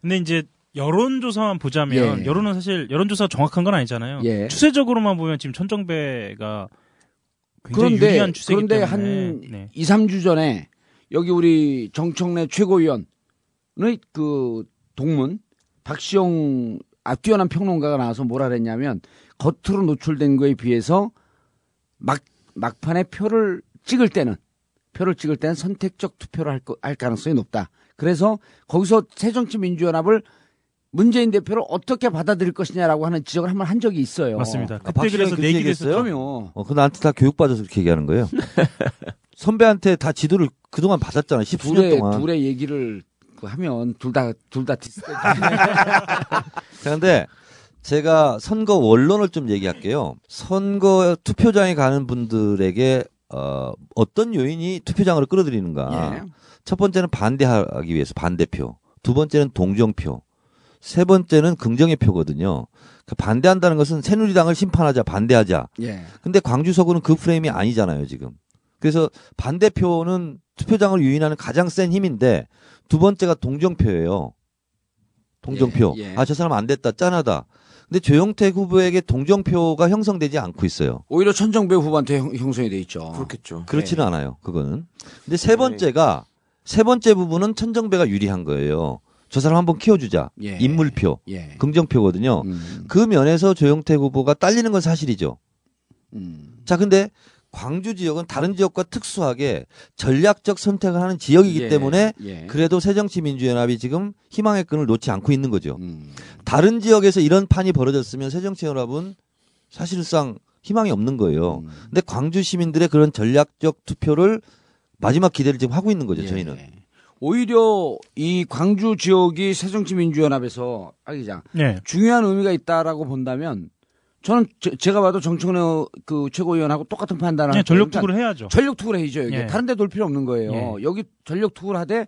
F: 근데 이제 여론조사만 보자면
B: 예.
F: 여론은 사실 여론조사 정확한 건 아니잖아요.
B: 예.
F: 추세적으로만 보면 지금 천정배가 굉장히
B: 그런데
F: 유리한 추세이기
B: 그런데
F: 때문에
B: 한
F: 네.
B: 이 삼 주 전에 여기 우리 정청래 최고위원의 그 동문 박시영 아, 뛰어난 평론가가 나와서 뭐라 그랬냐면 겉으로 노출된 거에 비해서 막 막판에 표를 찍을 때는 표를 찍을 때는 선택적 투표를 할, 거- 할 가능성이 높다. 그래서 거기서 새정치민주연합을 문재인 대표를 어떻게 받아들일 것이냐라고 하는 지적을 한 번 한 적이 있어요. 아,
F: 맞습니다. 그때
G: 박시영이
F: 그래서
G: 그렇게
F: 내기를
G: 얘기했어요?
F: 했었죠.
B: 그럼요.
G: 어, 그 나한테 다 교육받아서 그렇게
B: (laughs)
G: 얘기하는 거예요. 선배한테 다 지도를 그동안 받았잖아. 10수년
B: 둘의
G: 동안.
B: 둘의 얘기를 그 하면 둘 다 둘다 디스.
G: 그런데 제가 선거 원론을 좀 얘기할게요. 선거 투표장에 가는 분들에게 어, 어떤 요인이 투표장으로
B: 예.
G: 끌어들이는가. 첫 번째는 반대하기 위해서 반대표. 두 번째는 동정표. 세 번째는 긍정의 표거든요. 그 반대한다는 것은 새누리당을 심판하자, 반대하자.
B: 예. 예.
G: 근데 광주 서구는 그 프레임이 아니잖아요, 지금. 그래서 반대표는 투표장을 유인하는 가장 센 힘인데 두 번째가 동정표예요. 동정표.
B: 예, 예.
G: 아, 저 사람 안 됐다. 짠하다. 근데 조영택 후보에게 동정표가 형성되지 않고 있어요.
B: 오히려 천정배 후보한테 형, 형성이 돼 있죠.
E: 그렇겠죠.
G: 그렇지는
B: 예.
G: 않아요. 그거는. 근데 세 번째가 세 번째 부분은 천정배가 유리한 거예요. 저 사람 한번 키워주자.
B: 예.
G: 인물표,
B: 예.
G: 긍정표거든요.
B: 음,
G: 그 면에서 조영택 후보가 딸리는 건 사실이죠.
B: 음.
G: 자, 근데 광주 지역은 다른 지역과 특수하게 전략적 선택을 하는 지역이기
B: 예,
G: 때문에
B: 예.
G: 그래도 새정치민주연합이 지금 희망의 끈을 놓지 않고 있는 거죠.
B: 음.
G: 다른 지역에서 이런 판이 벌어졌으면 새정치연합은 사실상 희망이 없는 거예요.
B: 음.
G: 근데 광주 시민들의 그런 전략적 투표를 마지막 기대를 지금 하고 있는 거죠.
B: 예.
G: 저희는.
B: 오히려 이 광주 지역이 새정치민주연합에서 아기장
F: 네.
B: 중요한 의미가 있다라고 본다면 저는 제, 제가 봐도 정청래 그 최고위원하고 똑같은 판단을 그러니까
F: 그냥
B: 할
F: 네, 전력
B: 거니까
F: 투구를 해야죠.
B: 어. 전력 투구를 해야죠. 여기
F: 예.
B: 다른 데 돌 필요 없는 거예요. 여기 전력 투구를 하되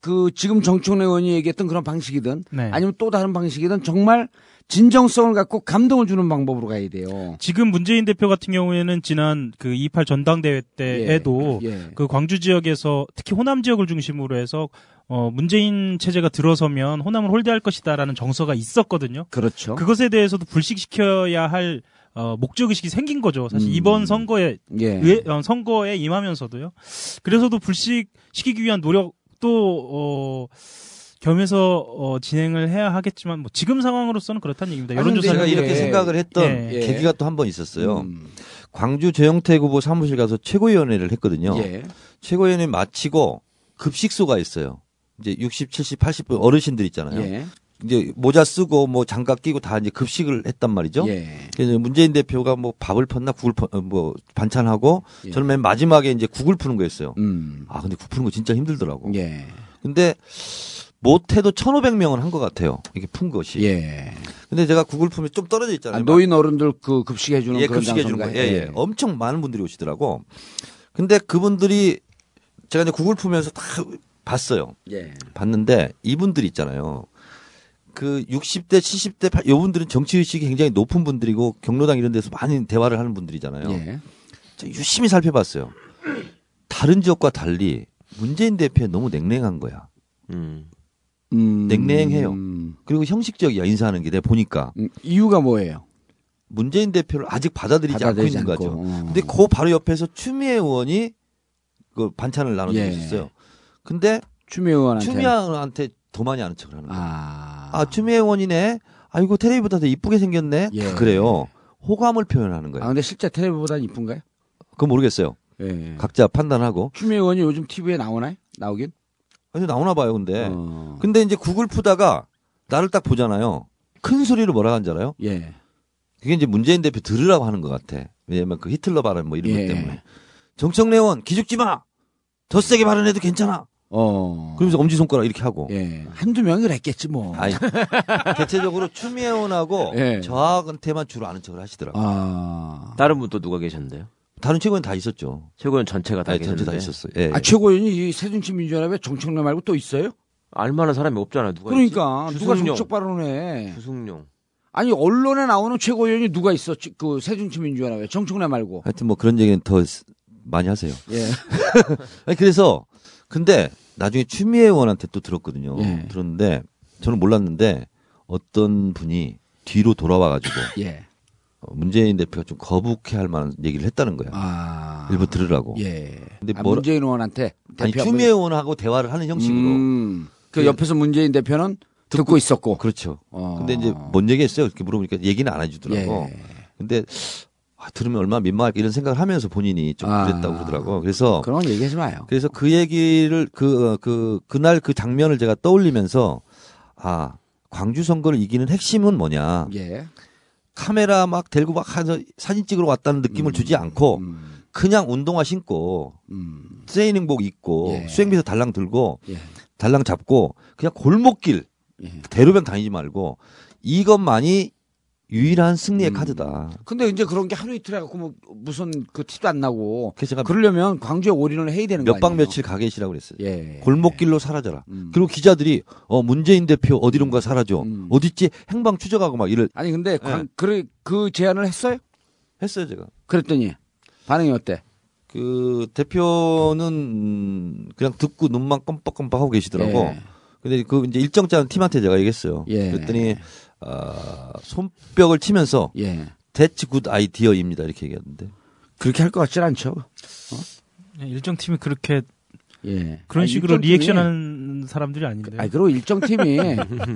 B: 그 지금 정청래 의원이 얘기했던 그런 방식이든
F: 네.
B: 아니면 또 다른 방식이든 정말 진정성을 갖고 감동을 주는 방법으로 가야 돼요.
F: 지금 문재인 대표 같은 경우에는 지난 그 28 전당대회 때에도
B: 예.
F: 그 광주 지역에서 특히 호남 지역을 중심으로 해서 어 문재인 체제가 들어서면 호남을 홀대할 것이다라는 정서가 있었거든요.
B: 그렇죠.
F: 그것에 대해서도 불식시켜야 할 어, 목적 의식이 생긴 거죠. 사실
B: 음.
F: 이번 선거에
B: 예.
F: 의- 어, 선거에 임하면서도요. 그래서도 불식시키기 위한 노력도 어, 겸해서 어, 진행을 해야 하겠지만 뭐 지금 상황으로서는 그렇다는 얘기입니다.
B: 아니, 근데
G: 제가
F: 여론조사를
G: 이렇게
B: 예.
G: 생각을 했던
F: 예.
G: 계기가 또 한 번 있었어요.
B: 음.
G: 광주 조영택 후보 사무실 가서 최고위원회를 했거든요.
B: 예.
G: 최고위원회 마치고 급식소가 있어요. 이제 60, 70, 80분 어르신들 있잖아요.
B: 예.
G: 이제 모자 쓰고 뭐 장갑 끼고 다 이제 급식을 했단 말이죠.
B: 예.
G: 그래서 문재인 대표가 뭐 밥을 펐나 국을 퍼, 어, 뭐 반찬하고
B: 예.
G: 저는 맨 마지막에 이제 국을 푸는 거였어요.
B: 음.
G: 아 근데 국 푸는 거 진짜 힘들더라고.
B: 예.
G: 근데 못해도 1,500명은 한 것 같아요. 이게 푼 것이.
B: 예.
G: 근데 제가 국을 푸면 좀 떨어져
B: 아,
G: 있잖아요.
B: 노인 어른들 그 급식해 주는
G: 예,
B: 그런
G: 급식해 주는
B: 장소인가요?
G: 거예요. 예, 예. 엄청 많은 분들이 오시더라고. 근데 그분들이 제가 이제 구글 풀면서 다 봤어요.
B: 예.
G: 봤는데 이분들 있잖아요. 그 60대, 70대, 8 요분들은 정치의식이 굉장히 높은 분들이고 경로당 이런 데서 많이 대화를 하는 분들이잖아요.
B: 예.
G: 제가 유심히 살펴봤어요. 다른 지역과 달리 문재인 대표에 너무 냉랭한 거야.
E: 음.
B: 음.
G: 냉랭해요.
B: 음.
G: 그리고 형식적이야 인사하는 게 내가 보니까
B: 음, 이유가 뭐예요?
G: 문재인 대표를 아직 받아들이지,
B: 받아들이지
G: 않고 있는 거죠.
B: 않고. 어.
G: 근데 그 바로 옆에서 추미애 의원이 그 반찬을 나눠주고
B: 예.
G: 있었어요. 근데
B: 추미애 의원한테.
G: 추미애 의원한테 더 많이 아는 척을 하는 거예요.
B: 아.
G: 아, 추미애 의원이네. 아이고 테레비보다 더 이쁘게 생겼네.
B: 예.
G: 다 그래요. 호감을 표현하는
B: 아,
G: 거예요.
B: 근데 실제 텔레비보다는 이쁜가요?
G: 그건 모르겠어요.
B: 예.
G: 각자 판단하고.
B: 추미애 의원이 요즘 TV에 나오나요? 나오긴?
G: 아니 나오나 봐요, 근데.
B: 어.
G: 근데 이제 구글 푸다가 나를 딱 보잖아요. 큰 소리로 뭐라 하는 줄 알아요?
B: 예.
G: 그게 이제 문재인 대표 들으라고 하는 것 같아. 왜냐면 그 히틀러 발언 뭐 이런
B: 예.
G: 것 때문에. 정청래 의원 기죽지 마. 더 세게 발언해도 괜찮아.
B: 어.
G: 그러면서 엄지 손가락 이렇게 하고.
B: 예. 한두 명이 그랬겠지 뭐.
G: 아니 (laughs) 대체적으로 추미애 의원하고
B: 예.
G: 저한테만 주로 아는 척을 하시더라고요.
B: 아.
E: 다른 분 또 누가 계셨는데요?
G: 다른 최고는 다 있었죠.
E: 최고위원 전체가 다
G: 아니, 전체
E: 계셨는데.
G: 다 있었어요. 예.
B: 아, 최고위원이 이 새정치민주연합에 정청래 말고 또 있어요?
E: 알만한 사람이 없잖아. 누가
B: 그러니까
E: 있지?
B: 누가
E: 주승용. 예.
B: 정책 발언을 해?
E: 주승용.
B: 아니 언론에 나오는 최고위원이 누가 있어? 지- 그 새정치민주연합에 정청래 말고.
G: 하여튼 뭐 그런 얘기는 더 쓰- 많이 하세요.
B: 예.
G: 아니, 그래서 근데 나중에 추미애 의원한테 또 들었거든요.
B: 예.
G: 들었는데 저는 몰랐는데 어떤 분이 뒤로 돌아와가지고
B: 예.
G: 어, 문재인 대표가 좀 거북해할 만한 얘기를 했다는 거야.
B: 아.
G: 일부 들으라고.
B: 예.
G: 근데
B: 아,
G: 뭐라-
B: 문재인 의원한테
G: 아니
B: 대표
G: 추미애 의원하고 대화를 하는 형식으로.
B: 음, 그
G: 그-
B: 옆에서 문재인 대표는 듣고, 있었고.
G: 그렇죠.
B: 어.
G: 근데 이제 뭔 얘기했어요? 이렇게 물어보니까 얘기는 안 해주더라고.
B: 예.
G: 근데 아, 들으면 얼마나 민망할까 이런 생각을 하면서 본인이 좀
B: 아.
G: 그랬다고 그러더라고. 그래서
B: 그런 건 얘기하지 마요.
G: 그래서 그 얘기를 그, 그, 그날 그 장면을 제가 떠올리면서 아, 광주 선거를 이기는 핵심은 뭐냐.
B: 예.
G: 카메라 막 들고 막 해서 사진 찍으러 왔다는 느낌을 주지 않고
B: 음,
G: 그냥 운동화 신고
B: 음,
G: 트레이닝복 입고
B: 예.
G: 수행비서 달랑 들고
B: 예.
G: 달랑 잡고 그냥 골목길
B: 예.
G: 대로변 다니지 말고 이것만이 유일한 승리의
B: 음.
G: 카드다.
B: 근데 이제 그런 게 하루 이틀 해갖고 뭐 무슨 그 티도 안 나고.
G: 그래서 제가
B: 그러려면 광주에 올인을 해야 되는 거예요.
G: 몇 박 며칠 가 계시라고 그랬어요.
B: 예.
G: 골목길로 사라져라.
B: 음.
G: 그리고 기자들이 어 문재인 대표 어디론가 사라져.
B: 음.
G: 어딨지? 행방 추적하고 막 이를
B: 아니 근데 광, 그래, 그 제안을 했어요?
G: 했어요 제가.
B: 그랬더니 반응이 어때?
G: 그 대표는 음, 그냥 듣고 눈만 껌뻑껌뻑 하고 계시더라고.
B: 예.
G: 근데 그 이제 일정 짜는 팀한테 제가 얘기했어요.
B: 예.
G: 그랬더니 아, 손뼉을 치면서
B: 예.
G: 대치 굿 아이디어입니다 이렇게 얘기했는데.
B: 그렇게 할 것 같진 않죠.
F: 일정 팀이 네, 그렇게
B: 예.
F: 그런
B: 아,
F: 식으로
B: 일정 팀이-
F: 리액션하는 사람들이 아닌데.
B: 아, 그리고 일정
F: (laughs)
B: 팀이,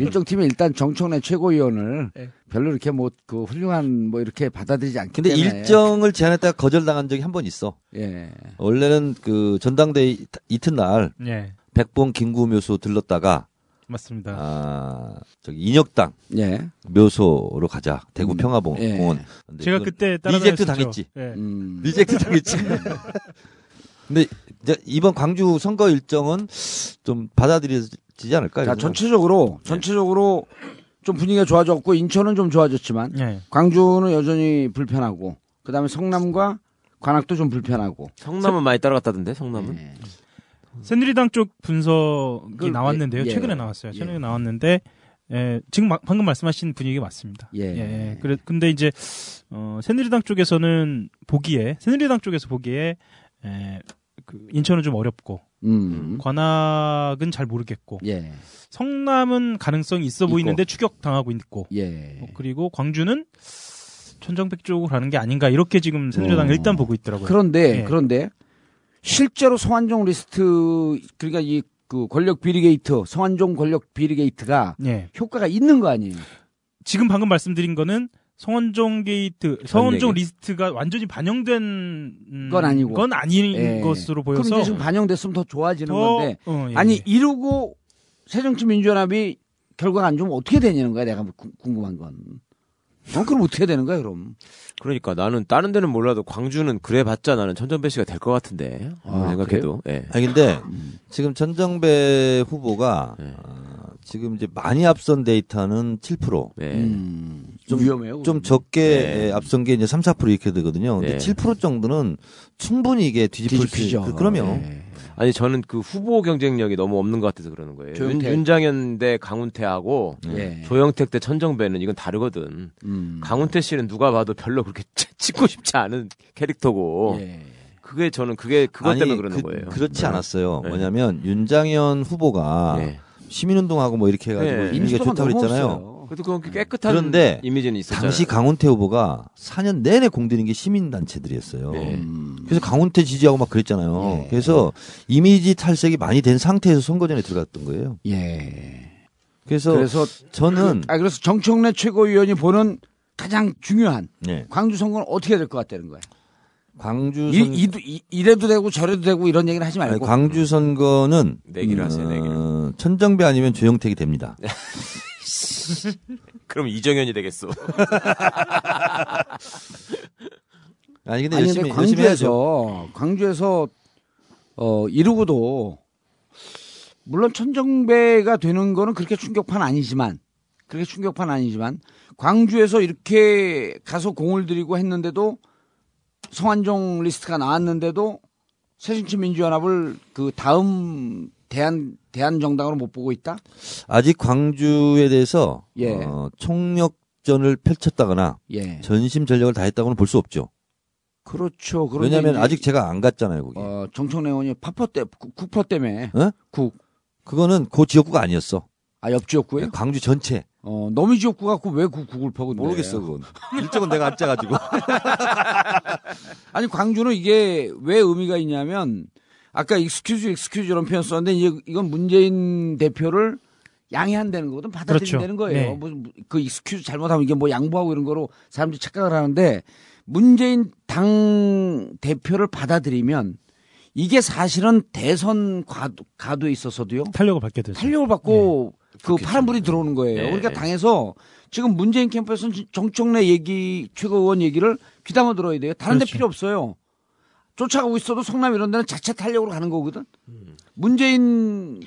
B: 일정 팀이 일단 정청래 최고위원을
F: 예.
B: 별로 이렇게 뭐, 그 훌륭한 뭐 이렇게 받아들이지 않기
G: 근데
B: 때문에.
G: 일정을 제안했다가 거절당한 적이 한 번 있어.
B: 예.
G: 원래는 그 전당대 회 이튿날
F: 예,
G: 백봉 김구 묘소 들렀다가
F: 맞습니다.
G: 아 저기 인혁당
B: 예.
G: 묘소로 가자 대구
B: 음,
G: 평화공원.
B: 예.
G: 근데
F: 제가
G: 그건
F: 그때
G: 리젝트
F: 따라다녔었죠.
G: 당했지.
F: 예.
B: 음.
G: 리젝트 당했지. (laughs) 근데 이제 이번 광주 선거 일정은 좀 받아들여지지 않을까?
B: 자, 전체적으로, 전체적으로 좀 분위기가 좋아졌고, 인천은 좀 좋아졌지만,
F: 예.
B: 광주는 여전히 불편하고, 그 다음에 성남과 관악도 좀 불편하고.
E: 성남은 많이 따라갔다던데 성남은
B: 예.
F: 새누리당 쪽 분석이
B: 그걸-
F: 나왔는데요.
B: 예, 예.
F: 최근에 나왔어요. 최근에
B: 예.
F: 나왔는데 예, 지금 막- 방금 말씀하신 분위기 맞습니다.
B: 예.
F: 그래 근데 이제 어, 새누리당 쪽에서는 보기에 새누리당 쪽에서 보기에 예, 그 인천은 좀 어렵고
B: 음.
F: 관악은 잘 모르겠고
B: 예.
F: 성남은 가능성이 있어
B: 있고.
F: 보이는데 추격 당하고 있고
B: 예.
F: 어, 그리고 광주는 천정백 쪽으로 가는 게 아닌가 이렇게 지금 새누리당
B: 어.
F: 일단 보고 있더라고요.
B: 그런데
F: 예.
B: 그런데 실제로 성한종 리스트 그러니까 이 그 권력 비리 게이트 성한종 권력 비리 게이트가
F: 예.
B: 효과가 있는 거 아니에요?
F: 지금 방금 말씀드린 거는 성원종 게이트, 성원종
E: 얘기.
F: 리스트가 완전히 반영된 음,
B: 건 아니고.
F: 건 아닌
B: 예.
F: 것으로
B: 그럼
F: 보여서
B: 이제 지금 반영됐으면 더 좋아지는
F: 더
B: 건데
F: 어, 예.
B: 아니 이러고 새정치민주연합이 결과가 안 좋으면 어떻게 되냐는 거야 내가 궁- 궁금한 건. 어, 그럼 어떻게 되는 거야 그럼?
E: 그러니까 나는 다른 데는 몰라도 광주는 그래봤자 나는 천전배씨가 될 것 같은데 아무리 생각해도 예.
G: 아니 근데
B: 음.
G: 지금 전정배 후보가
B: 예.
E: 네.
G: 어, 지금 이제 많이 앞선 데이터는 7%.
E: 예.
B: 음, 예. 좀 위험해요.
G: 좀
B: 그건.
G: 적게
E: 네.
G: 예, 앞선 게 이제 3, 4% 이렇게 되거든요. 근데
E: 네.
G: 7% 정도는 충분히 이게 뒤집힐 수 있, 그, 그럼요.
B: 예.
E: 아니 저는 그 후보 경쟁력이 너무 없는 것 같아서 그러는 거예요 윤,
B: 조영태.
E: 윤장현 대 강훈태하고
B: 예.
E: 조영택 대 천정배는 이건 다르거든
B: 음.
E: 강훈태 씨는 누가 봐도 별로 그렇게 (laughs) 찍고 싶지 않은
G: 어.
E: 캐릭터고
B: 예.
E: 그게 저는 그게 그것
G: 아니,
E: 때문에 그러는
G: 그,
E: 거예요
G: 렇지 않았어요.
E: 네.
G: 뭐냐면 윤장현 후보가
E: 예.
G: 시민운동하고 뭐 이렇게 해가지고
E: 네.
G: 이미지가
B: 인지도가
G: 좋다고
B: 너무
G: 그랬잖아요.
B: 없어요.
E: 그래도 그건 깨끗한
G: 네. 그런데
E: 이미지는 있었잖아요
G: 당시 강훈태 후보가 4년 내내 공들인 게 시민단체들이었어요.
E: 예.
G: 그래서 강훈태 지지하고 막 그랬잖아요.
E: 네.
B: 예.
G: 그래서 이미지 탈색이 많이 된 상태에서 선거전에 들어갔던 거예요.
B: 예.
G: 그래서,
B: 그래서
G: 저는
B: 아 그래서 정청래 최고위원이 보는 가장 중요한
G: 예,
B: 광주 선거는 어떻게 될 것 같다는 거야.
G: 광주
B: 이,
G: 선
B: 이, 이, 이래도 되고 저래도 되고 이런 얘기를 하지
G: 아니,
B: 말고.
G: 광주 선거는
E: 내기를 하세요, 내기를.
G: 어, 천정배 아니면 조영택이 됩니다.
E: 그럼 이정현이
G: (laughs)
E: 되겠어
G: 아니 근데
B: 아니 근데
G: 열심히 열심히 해야죠.
B: 광주에서 광주에서 어 이러고도 물론 천정배가 되는 거는 그렇게 충격판 아니지만 그렇게 충격판 아니지만 광주에서 이렇게 가서 공을 들이고 했는데도 성한종 리스트가 나왔는데도 새정치민주연합을 그 다음 대한 대한 정당으로 못 보고 있다.
G: 아직 광주에 대해서
B: 예.
G: 어, 총력전을 펼쳤다거나
B: 예.
G: 전심 전력을 다했다고는 볼 수 없죠.
B: 그렇죠. 그런데
G: 왜냐하면
B: 이제,
G: 아직 제가 안 갔잖아요 거기.
B: 어, 정청래 의원이 파포 때 국- 국포 때문에
G: 어?
B: 국.
G: 그거는 그 지역구가 아니었어.
B: 아, 옆 지역구예요?
G: 광주 전체. 네.
B: 어, 너무 지역구 갖고 왜 구, 국을 퍼고
G: 그건. 일정은 내가 안 짜가지고.
B: 아니, 광주는 이게 왜 의미가 있냐면 아까 익스큐즈 익스큐즈 이런 표현 썼는데 이제 이건 문재인 대표를 양해한다는 거거든
F: 그렇죠.
B: 받아들인다는 거예요.
F: 네.
B: 무슨 그 익스큐즈 잘못하면 이게 뭐 양보하고 이런 거로 사람들이 착각을 하는데 문재인 당 대표를 받아들이면 이게 사실은 대선 과도, 가도에 있어서도요.
F: 탄력을 받게 되죠.
B: 탄력을 받고
G: 네.
B: 그 파란불이 들어오는 거예요. 그러니까 당에서 지금 문재인 캠프에서는 진- 정청래 얘기, 최고원 얘기를 귀담아 들어야 돼요. 다른 데
F: 그렇죠.
B: 필요 없어요. 쫓아가고 있어도 성남 이런 데는 자체 탄력으로 가는 거거든.
G: 음.
B: 문재인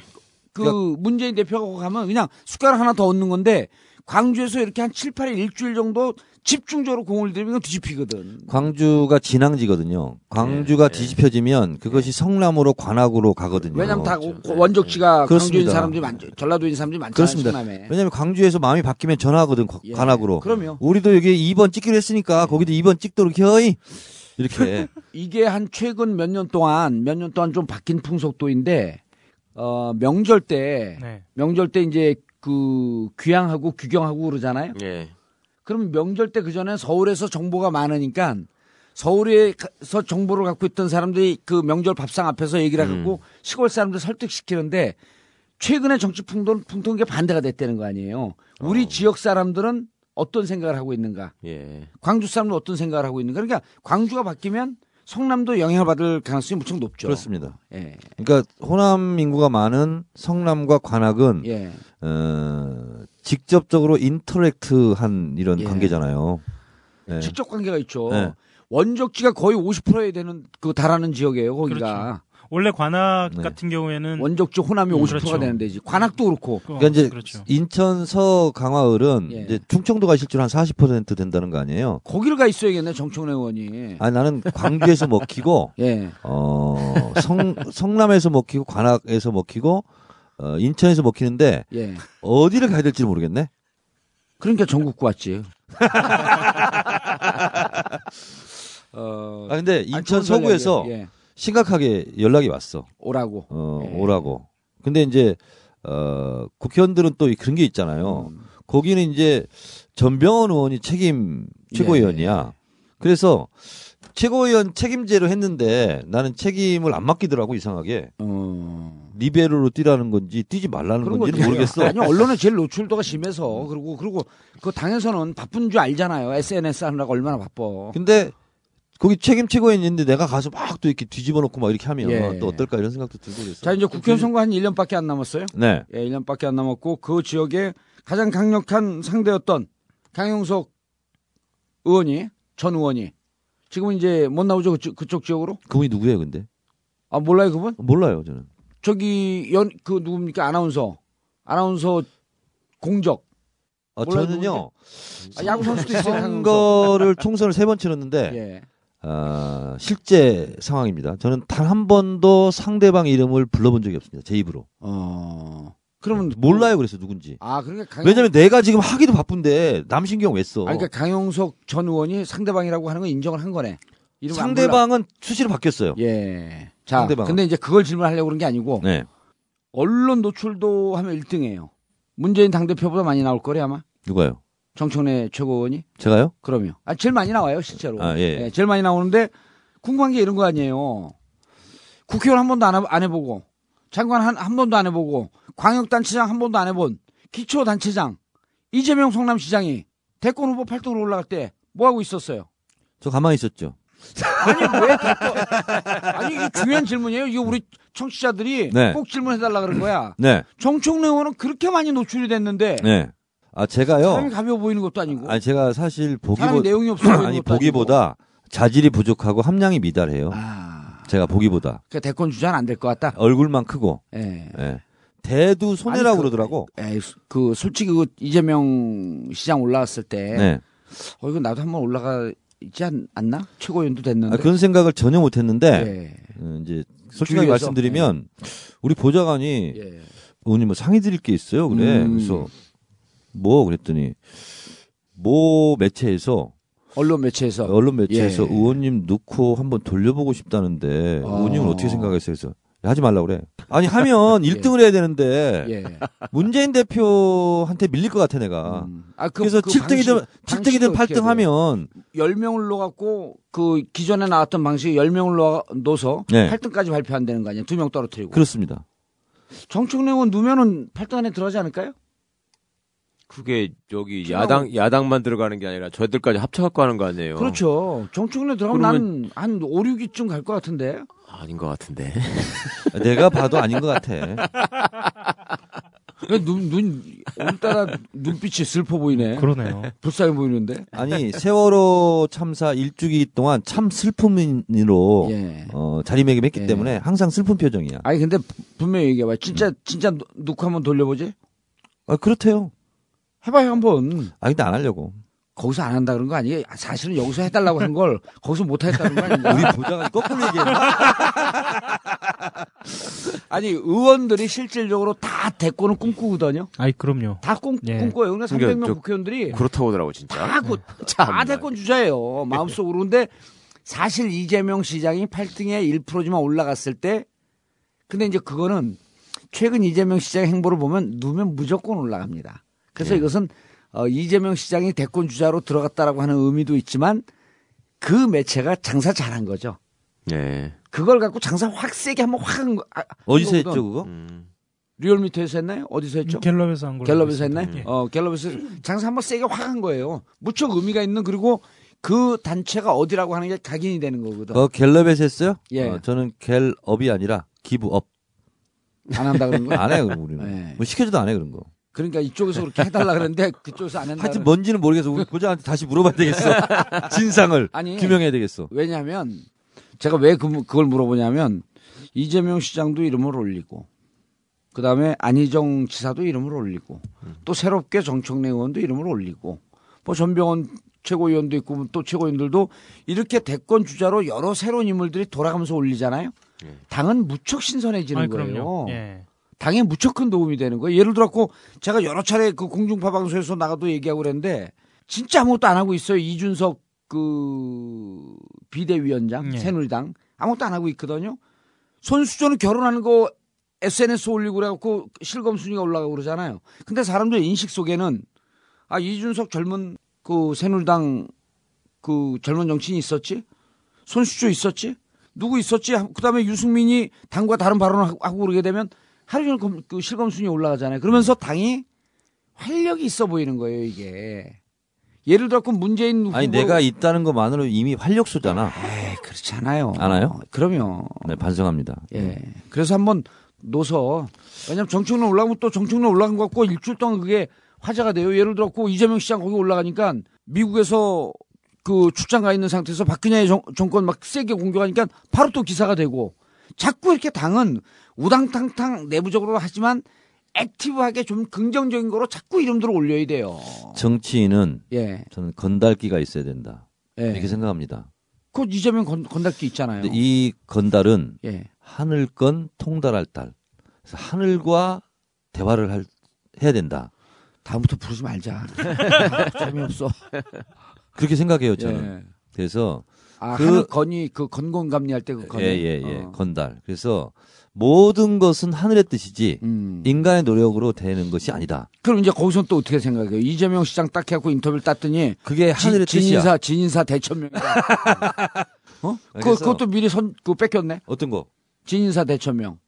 B: 그
G: 그러니까
B: 문재인 대표가 가면 그냥 숟가락 하나 더 얻는 건데 광주에서 이렇게 한 7, 8일 일주일 정도 집중적으로 공을 들이면 뒤집히거든.
G: (laughs) 광주가 진앙지거든요. 광주가 뒤집혀지면 그것이 성남으로 관악으로 가거든요.
B: 예, 왜냐면 다 원적지가 광주인
G: 그렇죠. 그렇습니다.
B: 사람들이 많죠. 전라도인 사람들이 많잖아요.
G: 그렇습니다.
B: 성남에.
G: 왜냐면 광주에서 마음이 바뀌면 전화하거든 관-
B: 예.
G: 관악으로.
B: 그럼요.
G: 우리도 여기 2번 찍기로 했으니까 거기도 2번 찍도록 해이
B: (laughs) 그렇죠.
G: 이렇게
B: 이게 한 최근 몇 년 동안 몇 년 동안 좀 바뀐 풍속도인데 어 명절 때
F: 네.
B: 명절 때 이제 그 귀향하고 귀경하고 그러잖아요.
E: 예.
B: 그럼 명절 때 그 전에 서울에서 정보가 많으니까 서울에서 정보를 갖고 있던 사람들이 그 명절 밥상 앞에서 얘기를 하고 시골 사람들 설득시키는데 최근에 정치 풍토는 풍토는 게 반대가 됐다는 거 아니에요. 우리 지역 사람들은 어떤 생각을 하고 있는가?
E: 예.
B: 광주 사람은 어떤 생각을 하고 있는가? 그러니까 광주가 바뀌면 성남도 영향을 받을 가능성이 무척 높죠.
G: 그렇습니다.
B: 예.
G: 그러니까 호남 인구가 많은 성남과 관악은
B: 예.
G: 어, 직접적으로 인터랙트한 이런
B: 예.
G: 관계잖아요. 예.
B: 직접 관계가 있죠.
G: 네.
B: 원적지가 거의 50%에 되는 그 달하는 지역이에요.
G: 그렇죠.
B: 거기가
F: 원래 관악
G: 네.
F: 같은 경우에는
B: 원적지 호남이
F: 음,
B: 50%가
F: 그렇죠.
B: 되는 데지. 관악도 그렇고.
G: 그러니까 이제
F: 그렇죠.
G: 인천 서 강화을은
B: 예.
G: 이제 충청도가 실제로 한 40% 된다는 거 아니에요?
B: 거기를 가 있어야겠네 정청래 의원이.
G: 아니 나는
B: (laughs)
G: 광주에서 먹히고
B: 예.
G: 어, 성 성남에서 먹히고 관악에서 먹히고 어, 인천에서 먹히는데
B: 예.
G: 어디를 가야 될지 모르겠네.
B: 그러니까 전국구
G: (laughs)
B: 왔지. 어,
G: 아 근데
B: 아,
G: 인천
B: 좋은
G: 서구에서
B: 전략이에요. 예.
G: 심각하게 연락이 왔어.
B: 오라고.
G: 어,
B: 예.
G: 오라고. 근데 이제 어, 국회의원들은 또 이- 그런 게 있잖아요.
B: 음.
G: 거기는 이제 전병헌 의원이 책임
B: 예,
G: 최고위원이야. 그래서 최고위원 책임제로 했는데 나는 책임을 안 맡기더라고 이상하게
B: 어.
G: 리베로로 뛰라는 건지 뛰지 말라는 건지는 모르겠어.
B: 아니 언론에 제일 노출도가 심해서 그리고 그리고 그 당에서는 바쁜 줄 알잖아요. SNS 하느라고 얼마나 바빠.
G: 근데 거기 책임 최고위원 있는데 내가 가서 막 또 이렇게 뒤집어 놓고 막 이렇게 하면
B: 예.
G: 또 어떨까 이런 생각도 들고 그래서.
B: 자 이제 국회의원 선거 한 1년밖에 안 남았어요.
G: 네.
B: 예, 1년밖에 안 남았고 그 지역의 가장 강력한 상대였던 강용석 의원이 전 의원이 지금 은 이제 못 나오죠 그쪽, 그쪽 지역으로?
G: 그분이 누구예요, 근데?
B: 아 몰라요 그분?
G: 몰라요, 저는.
B: 저기 연 그 누굽니까 아나운서 아나운서 공적
G: 아,
B: 몰라요,
G: 저는요.
B: 아, 야구 선수도 있어요 강용석.
G: 선거를 총선을 세 번 치렀는데
B: 예.
G: 아, 실제 상황입니다. 저는 단 한 번도 상대방 이름을 불러본 적이 없습니다. 제 입으로.
B: 어 그러면
G: 몰라요, 그래서 누군지.
B: 아 그러니까 강
G: 왜냐면 어. 내가 지금 하기도 바쁜데 남신경 왜 써?
B: 아, 그러니까 강용석 전 의원이 상대방이라고 하는 건 인정을 한 거네. 이름을 안 몰라.
G: 상대방은 수시로 바뀌었어요.
B: 예. 자
G: 상대방은.
B: 근데 이제 그걸 질문하려고 그런 게 아니고
G: 네.
B: 언론 노출도 하면 1등이에요. 문재인 당대표보다 많이 나올 거래 아마.
G: 누가요?
B: 정청래 최고원이.
G: 제가요?
B: 그럼요. 아, 제일 많이 나와요, 실제로.
G: 아, 예.
B: 제일 많이 나오는데 궁금한 게 이런 거 아니에요. 국회의원 한 번도 안, 해- 안 해보고 장관 한, 한 번도 안 해보고 광역단체장 한 번도 안 해본 기초단체장 이재명 성남시장이 대권 후보 8등으로 올라갈 때 뭐 하고 있었어요?
G: 저 가만히 있었죠.
B: 아니 왜 대권? 아니 이게 중요한 질문이에요. 이거 우리 청취자들이
G: 네.
B: 꼭 질문해달라 그런 거야.
G: 네.
B: 정청래 의원은 그렇게 많이 노출이 됐는데
G: 네. 아, 제가요.
B: 예. 사람이 가벼워 보이는 것도 아니고
G: 아니, 제가 사실
B: 사람이
G: 보기보...
B: 내용이 없어 보이는
G: 아니,
B: 것도
G: 보기보다 자질이 부족하고 함량이
B: 아니고.
G: 미달해요.
B: 아,
G: 제가 보기보다.
B: 그러니까 대권 주자는 안 될 것 같다.
G: 얼굴만 크고.
B: 예.
G: 예. 대두 손해라고
B: 아니, 그-
G: 그러더라고.
B: 에이, 그 솔직히 그 이재명 시장 올라왔을 때
G: 네.
B: 어 이거 나도 한번 올라가지 않, 나 최고위원도 됐는데.
G: 아, 그런 생각을 전혀 못 했는데
B: 예.
G: 음, 이제 솔직하게
B: 주위에서?
G: 말씀드리면 우리 보좌관이
B: 네. 예.
G: 의원님 뭐 상의 드릴 게 있어요 그래
B: 음.
G: 그래서 뭐 그랬더니 모 매체에서
B: 언론 매체에서
G: 네, 언론 매체에서
B: 예.
G: 의원님 놓고 한번 돌려보고 싶다는데
B: 아.
G: 의원님은 어떻게 생각하세요? 그래서 하지 말라 그래. 아니
B: (laughs)
G: 하면 1등을 해야 되는데
B: 예.
G: 문재인 대표한테 밀릴 것 같아 내가.
B: 음. 아, 그,
G: 그래서
B: 그
G: 칠 7등이든
B: 방식-
G: 칠 7등이든
B: 방식이 어떻게
G: 8등
B: 돼요?
G: 하면
B: 10명을 놓고 그 기존에 나왔던 방식이 10명을 놓아- 놓아서
G: 네.
B: 8등까지 발표 안 되는 거 아니에요. 두 명 떨어뜨리고.
G: 그렇습니다.
B: 정청래 의원 누면은 8등 안에 들어가지 않을까요?
E: 그게 여기
B: 필요하고.
E: 야당 야당만 들어가는 게 아니라 저희들까지 합쳐갖고 하는 거 아니에요?
B: 그렇죠. 정청래 들어가면
E: 그러면-
B: 난 한 5, 6위쯤 갈 것 같은데.
E: 아닌 것 같은데.
G: 내가 봐도 아닌 것 같아.
B: 왜 눈, 눈, 오늘따라 눈빛이 슬퍼 보이네.
F: 그러네요.
B: (laughs) 불쌍해 보이는데.
G: 아니 세월호 참사 일주기 동안 참 슬픔으로
B: 예.
G: 어, 자리매김했기
B: 예.
G: 때문에 항상 슬픈 표정이야.
B: 아니, 근데 분명히 얘기해봐. 진짜, 진짜 누- 누구 한번 돌려보지?
G: 아, 그렇대요.
B: 해봐요, 한 번.
G: 아 근데 안 하려고.
B: 거기서 안 한다 그런 거 아니에요? 사실은 여기서 해달라고 한 (laughs) 걸 거기서 못 하겠다는 거 아닌가?
G: 우리 보좌관 거꾸로 얘기해.
B: 아니, 의원들이 실질적으로 다 대권을 꿈꾸거든요?
F: 아이 그럼요.
B: 다 꿈,
F: 예.
B: 꿈꿔요. 그러니까 300명
E: 저-
G: 예.
B: 국회의원들이
E: 그렇다고 하더라고 진짜.
B: 다, 그, 다 대권 주자예요. 마음속으로. 근데 사실 이재명 시장이 8등에 1%지만 올라갔을 때 근데 이제 그거는 최근 이재명 시장의 행보를 보면 누면 무조건 올라갑니다. 그래서 이것은 어, 이재명 시장이 대권 주자로 들어갔다라고 하는 의미도 있지만 그 매체가 장사 잘한 거죠.
E: 예.
B: 그걸 갖고 장사 확 세게 한번 확 한 거. 아,
G: 어디서
B: 한
G: 했죠
B: 거거든.
G: 그거?
E: 음.
B: 리얼미터에서 했나요? 어디서 했죠?
F: 갤럽에서 한 걸로.
B: 갤럽에서
F: 알고
B: 했나요?
F: 있습니다. 예.
B: 어, 갤럽에서 장사 한번 세게 확 한 거예요. 무척 의미가 있는 그리고 그 단체가 어디라고 하는 게 각인이 되는 거거든.
G: 어 갤럽에서 했어요?
B: 예.
G: 어, 저는 갤업이 아니라 기부업
B: 안 한다 그런 거.
G: 안 해요 그럼 우리는.
B: 네.
G: 뭐 시켜줘도 안 해 그런 거.
B: 그러니까 이쪽에서 그렇게 해달라 그러는데 그쪽에서 안 한다.
G: 하여튼
B: 그러-
G: 뭔지는 모르겠어. 우리 부장한테 다시
B: (laughs)
G: 물어봐야 되겠어. 진상을
B: 아니.
G: 규명해야 되겠어.
B: 음. 왜냐하면 제가 왜 그, 그걸 물어보냐면 이재명 시장도 이름을 올리고 그 다음에 안희정 지사도 이름을 올리고 또 새롭게 정청래 의원도 이름을 올리고 뭐 전병원 최고위원도 있고 또 최고위원들도 이렇게 대권 주자로 여러 새로운 인물들이 돌아가면서 올리잖아요. 당은 무척 신선해지는
F: 아니,
B: 거예요.
F: 그럼요. 예.
B: 당에 무척 큰 도움이 되는 거예요. 예를 들어갖고 제가 여러 차례 그 공중파 방송에서 나가도 얘기하고 그랬는데 진짜 아무것도 안 하고 있어요. 이준석 그 비대위원장
F: 예.
B: 새누리당 아무것도 안 하고 있거든요. 손수조는 결혼하는 거 SNS 올리고 그래갖고 실검 순위가 올라가고 그러잖아요. 근데 사람들 인식 속에는 아 이준석 젊은 그 새누리당 그 젊은 정치인이 있었지? 손수조 있었지? 누구 있었지? 하- 그다음에 유승민이 당과 다른 발언을 하- 하고 그러게 되면 하루 종일 검- 그 실검 순위 올라가잖아요. 그러면서 당이 활력이 있어 보이는 거예요, 이게. 예를 들어 갖고 문재인 후보
G: 아니 내가 있다는 것만으로 이미 활력소잖아.
B: 예. 그렇잖아요.
G: 알아요?
B: 그럼요.
G: 네 반성합니다.
B: 예. 그래서 한번 놓서 왜냐면 정청래 올라가면 또 정청래 올라간 것 같고 일주일 동안 그게 화제가 돼요. 예를 들어 갖고 이재명 시장 거기 올라가니까 미국에서 그 출장 가 있는 상태에서 박근혜 정, 정권 막 세게 공격하니까 바로 또 기사가 되고 자꾸 이렇게 당은 우당탕탕 내부적으로 하지만 액티브하게 좀 긍정적인 거로 자꾸 이름들을 올려야 돼요.
G: 정치인은
B: 예.
G: 저는 건달기가 있어야 된다.
B: 예.
G: 이렇게 생각합니다.
B: 그 이재명 건, 건달기 있잖아요.
G: 네, 근데 이 건달은
B: 예.
G: 하늘건 통달할 달. 그래서 하늘과 대화를 할- 해야 된다.
B: 다음부터 부르지
G: (laughs)
B: 말자. 재미없어.
G: 그렇게 생각해요 저는.
B: 예.
G: 그래서
B: 아,
G: 그-
B: 하늘 건이 그 건곤감리 할 때 그 건.
G: 예예예
B: 어.
G: 건달. 그래서 모든 것은 하늘의 뜻이지
B: 음.
G: 인간의 노력으로 되는 것이 아니다.
B: 그럼 이제 거기서 또 어떻게 생각해요? 이재명 시장 딱 해갖고 인터뷰를 땄더니
G: 그게
B: 지-
G: 하늘의
B: 진인사
G: 뜻이야.
B: 진인사
G: (laughs)
B: 대천명이다. 어? 그,
G: 그래서-
B: 그것도 미리 선 그 뺏겼네.
G: 어떤 거?
B: 진인사 대천명.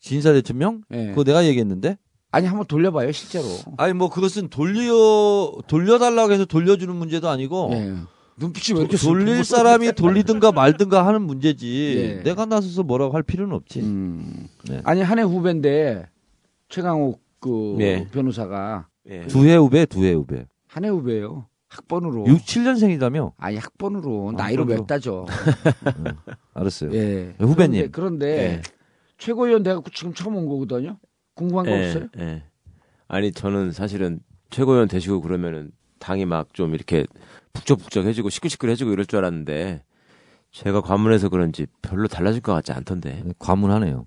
G: 진사 대천명?
B: 예.
G: 그거 내가 얘기했는데.
B: 아니 한번 돌려봐요 실제로.
G: 아니 뭐 그것은 돌려 돌려달라고 해서 돌려주는 문제도 아니고
B: 예. 눈빛이 왜 이렇게
G: 어. 그 돌릴
B: 슬픈
G: 사람이 돌리든가 말든가 하는 문제지.
B: 예.
G: 내가 나서서 뭐라고 할 필요는 없지.
B: 음.
G: 네.
B: 아니 한 해 후배인데 최강욱 그
E: 네.
B: 변호사가
E: 예.
G: 두 해 후배, 두 해 후배.
B: 한 해 후배예요. 학번으로.
G: 6, 7년생이라며.
B: 아니 학번으로
G: 아,
B: 나이로
G: 그럼요.
B: 몇 다죠.
G: 알았어요.
B: 예. 그런데,
G: 후배님.
B: 그런데
E: 예.
B: 최고위원 돼갖고 지금 처음 온 거거든요. 궁금한 거 없어요?
E: 예, 예. 아니 저는 사실은 최고위원 되시고 그러면은 당이 막 좀 이렇게 북적북적해지고 시끌시끌해지고 이럴 줄 알았는데 제가 관문해서 그런지 별로 달라질 것 같지 않던데.
G: 예, 과문하네요.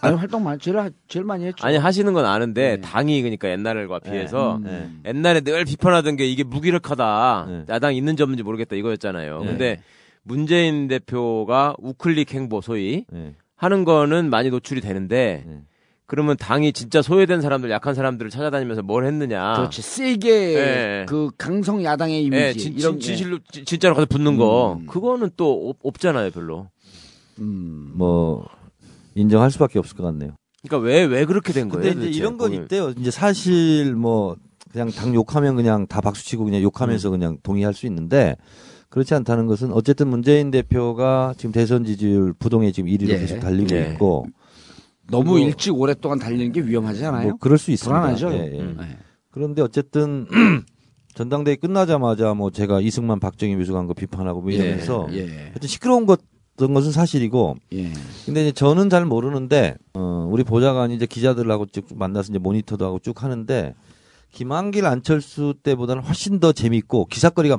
B: 아니 활동 많이 제일 하- 제일 많이 했죠.
E: 아니 하시는 건 아는데
B: 네.
E: 당이 그러니까 옛날과 비해서
B: 음.
G: 예.
E: 옛날에 늘 비판하던 게 이게 무기력하다.
G: 네.
E: 야당 있는지 없는지 모르겠다 이거였잖아요.
G: 네.
E: 근데 문재인 대표가 우클릭 행보 소위
G: 예.
E: 하는 거는 많이 노출이 되는데
G: 네.
E: 그러면 당이 진짜 소외된 사람들 약한 사람들을 찾아다니면서 뭘 했느냐.
B: 그렇지 세게
E: 예.
B: 그 강성 야당의 이미지
E: 예, 진,
B: 이런 게.
E: 실로 진짜로 가서 붙는 거 그거는 또 없, 없잖아요 별로.
B: 음.
G: 뭐 인정할 수밖에 없을 것 같네요.
E: 그러니까 왜 왜 그렇게 된 거예요? 그렇죠.
G: 근데
E: 도대체?
G: 이제 이런 건
E: 거기-
G: 있대요. 이제 사실 뭐 그냥 당 욕하면 그냥 다 박수치고 그냥 욕하면서 그냥 동의할 수 있는데 그렇지 않다는 것은 어쨌든 문재인 대표가 지금 대선 지지율 부동의 지금 1위로
B: 예.
G: 계속 달리고
E: 예.
G: 있고
B: 너무
G: 뭐-
B: 일찍 오랫동안 달리는 게 위험하지 않아요?
G: 뭐 그럴 수 있습니다.
B: 불안하죠.
G: 예, 예.
E: 음.
B: 예.
G: 그런데 어쨌든 (clears throat) 전당대회 끝나자마자 뭐 제가 이승만 박정희 묘수관 거 비판하고 뭐 이러면서
B: 예.
G: 하여튼 시끄러운 것 어떤 것은 사실이고
B: 예.
G: 근데 이제 저는 잘 모르는데 어, 우리 보좌관이 이제 기자들하고 쭉 만나서 이제 모니터도 하고 쭉 하는데 김한길 안철수 때보다는 훨씬 더 재밌고 기사거리가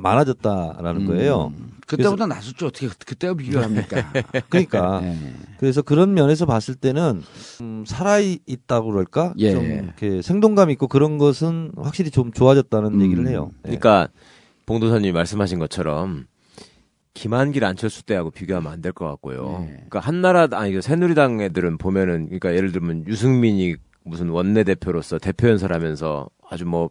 B: (laughs)
G: 많아졌다라는 거예요.
B: 음. 그때보다 낫었죠. 어떻게 그- 그때와
E: (laughs)
B: 비교합니까?
G: 그러니까
B: 예.
G: 그래서 그런 면에서 봤을 때는 음, 살아 있다고 그럴까
B: 예.
G: 좀 이렇게 생동감 있고 그런 것은 확실히 좀 좋아졌다는
B: 음.
G: 얘기를 해요. 예.
E: 그러니까 봉도사님이 말씀하신 것처럼 김한길 안철수 때하고 비교하면 안 될 것 같고요.
B: 네.
E: 그러니까 한나라 아니 그 새누리당 애들은 보면은 그러니까 예를 들면 유승민이 무슨 원내 대표로서 대표 연설하면서 아주 뭐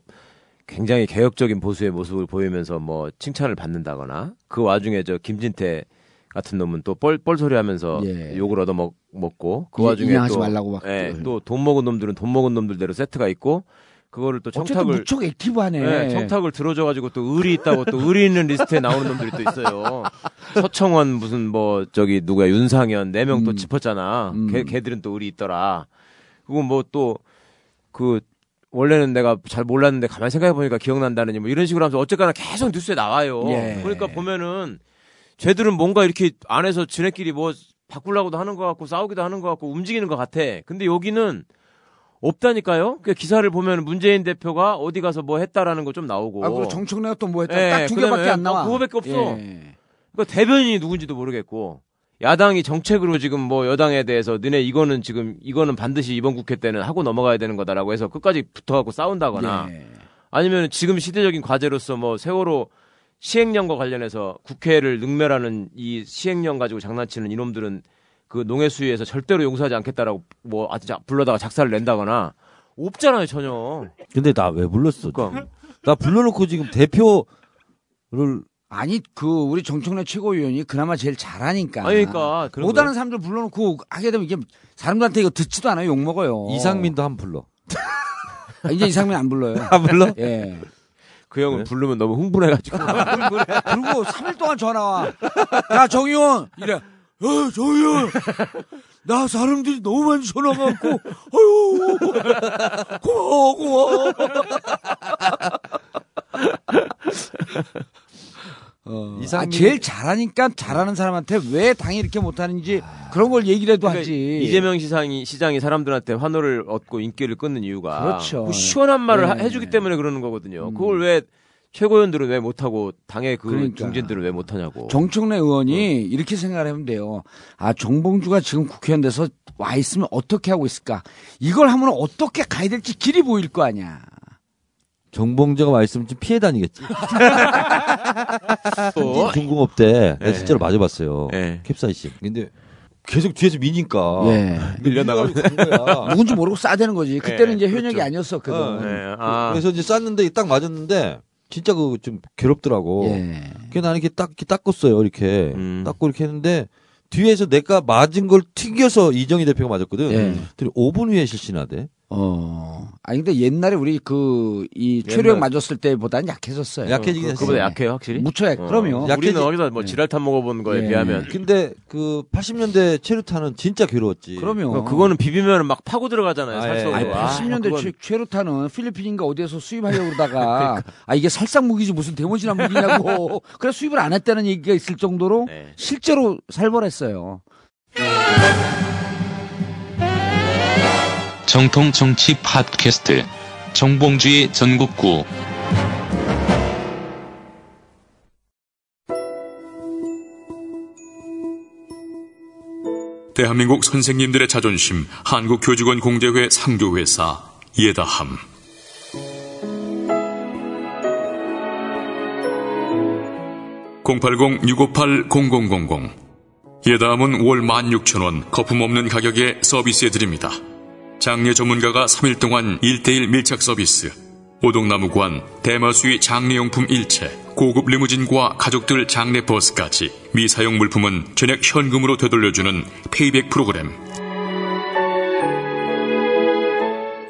E: 굉장히 개혁적인 보수의 모습을 보이면서 뭐 칭찬을 받는다거나 그 와중에 저 김진태 같은 놈은 또 뻘 뻘 소리하면서
B: 예.
E: 욕을 얻어 먹, 먹고 그
B: 이-
E: 와중에
B: 인양하지
E: 또,
B: 말라고 막
E: 예,
B: 또-
E: 또돈 먹은 놈들은 돈 먹은 놈들대로 세트가 있고 그거를 또
B: 어쨌든 뭐
E: 청탁을
B: 무척 액티브하네.
E: 예, 청탁을 들어줘가지고 또 의리 있다고 또 의리 있는 리스트에 나오는 놈들이 또 있어요. 서청원 무슨 뭐 저기 누구야 윤상현 네 명 또
B: 음.
E: 짚었잖아.
B: 음.
E: 걔 걔들은 또 의리 있더라. 그리고 뭐 또 그 원래는 내가 잘 몰랐는데 가만히 생각해 보니까 기억난다느니 뭐 이런 식으로 하면서 어쨌거나 계속 뉴스에 나와요.
B: 예.
E: 그러니까 보면은 쟤들은 뭔가 이렇게 안에서 지네끼리 뭐 바꾸려고도 하는 것 같고 싸우기도 하는 것 같고 움직이는 것 같아. 근데 여기는 없다니까요. 그 기사를 보면 문재인 대표가 어디 가서 뭐 했다라는 거 좀 나오고.
B: 아, 그리고 정청래가 또 뭐 했다.
E: 예,
B: 딱 두
E: 그다음에
B: 개밖에 안 나와.
E: 어, 그거밖에 없어.
B: 예.
E: 그러니까 대변인이 누군지도 모르겠고 야당이 정책으로 지금 뭐 여당에 대해서 너네 이거는 지금 이거는 반드시 이번 국회 때는 하고 넘어가야 되는 거다라고 해서 끝까지 붙어갖고 싸운다거나
B: 예.
E: 아니면 지금 시대적인 과제로서 뭐 세월호 시행령과 관련해서 국회를 능멸하는 이 시행령 가지고 장난치는 이놈들은 그 농해수위에서 절대로 용서하지 않겠다라고 뭐 아주 자- 불러다가 작사를 낸다거나 없잖아요 전혀.
G: 근데 나 왜 불렀어?
E: 그러니까
G: 나 불러놓고 지금 대표를
B: 아니 그 우리 정청래 최고위원이 그나마 제일 잘하니까.
E: 아니, 그러니까 그런
B: 못하는 사람들 불러놓고 하게 되면 이게 사람들한테 이거 듣지도 않아요. 욕 먹어요.
G: 이상민도 한 불러.
B: 아, 이제 이상민 안 불러요.
E: (laughs)
G: 안 불러?
B: 예.
E: 그 형은 부르면 너무 흥분해가지고
B: 그리고 3일 동안 전화 와. 야 정의원 이래. 어 정의원. 나 사람들이 너무 많이 전화가 왔고. 아유 고마워 고마워. 어, 아,
G: 이상민-
B: 제일 잘하니까 잘하는 사람한테 왜 당이 이렇게 못하는지 그런 걸 얘기라도
E: 그러니까
B: 하지.
E: 이재명 시장이 시장이 사람들한테 환호를 얻고 인기를 끊는 이유가
B: 그렇죠.
E: 그 시원한 말을
B: 네. 음.
E: 하- 해주기 때문에 그러는 거거든요. 그걸 왜 최고위원들은 왜 못하고 당의 그
B: 그러니까.
E: 중진들은 왜 못하냐고.
B: 정청래 의원이 이렇게 생각을 하면 돼요. 아, 정봉주가 지금 국회의원 돼서 와 있으면 어떻게 하고 있을까? 이걸 하면 어떻게 가야 될지 길이 보일 거 아니야.
G: 정봉재가 와 있으면 좀 피해 다니겠지.
E: 아,
B: 어?
E: 또
G: 중공업 때
E: 뭐?
G: 내가
E: 예.
G: 진짜로 맞아봤어요.
E: 예.
G: 캡사이신. 근데 계속 뒤에서 미니까
B: 예.
G: 밀려나가는 거야.
B: 누군지 모르고 싸대는 거지. 그때는
E: 예,
B: 이제 현역이
E: 그렇죠.
B: 아니었었거든.
G: 어, 예.
E: 네, (laughs) 아.
G: 그래서 이제 쌌는데 딱 맞았는데 진짜 그 좀 괴롭더라고.
B: 예.
G: 그게 나는 이렇게 딱 이렇게 닦았어요. 이렇게
E: 음.
G: 닦고 이렇게 했는데 뒤에서 내가 맞은 걸 튀겨서 이정희 대표가 맞았거든.
B: 예.
G: 그랬더니 5분 후에 실신하대.
B: 어. 아니, 근데 옛날에 우리 그, 이 최력 맞았을 때보다는 약해졌어요.
G: 약해지긴 했어.
E: 예. 그보다 약해요 확실히. 어.
B: 무척 약, 그럼요. 네.
G: 약-
E: 우리는
G: 약해지-
E: 여기서 뭐 지랄탄 먹어본 거에
B: 예.
E: 비하면
G: 근데 그 80년대 체류탄은 진짜 괴로웠지.
B: 그럼요.
E: 그거는 비비면 막 파고 들어가잖아요.
G: 아,
E: 살
G: 예.
E: 속으로.
G: 아니,
E: 아,
B: 80년대
E: 그건-
B: 최, 최루탄은 필리핀인가 어디에서 수입하려고 그러다가 아 이게 살상 무기지 무슨 대모지나 무기냐고 그래 수입을 안 했다는 얘기가 있을 정도로
E: 네.
B: 실제로 살벌했어요.
I: 정통 정치 팟캐스트 정봉주의 전국구
J: 대한민국 선생님들의 자존심 한국교직원 공제회 상조회사 예다함 (080-658-0000) 예다함은 월 (16,000원) 거품없는 가격에 서비스해드립니다 장례 전문가가 (3일) 동안 (1대1) 밀착 서비스 오동나무관, 대마수의 장례용품 일체, 고급 리무진과 가족들 장례 버스까지 미사용 물품은 전액 현금으로 되돌려주는 페이백 프로그램.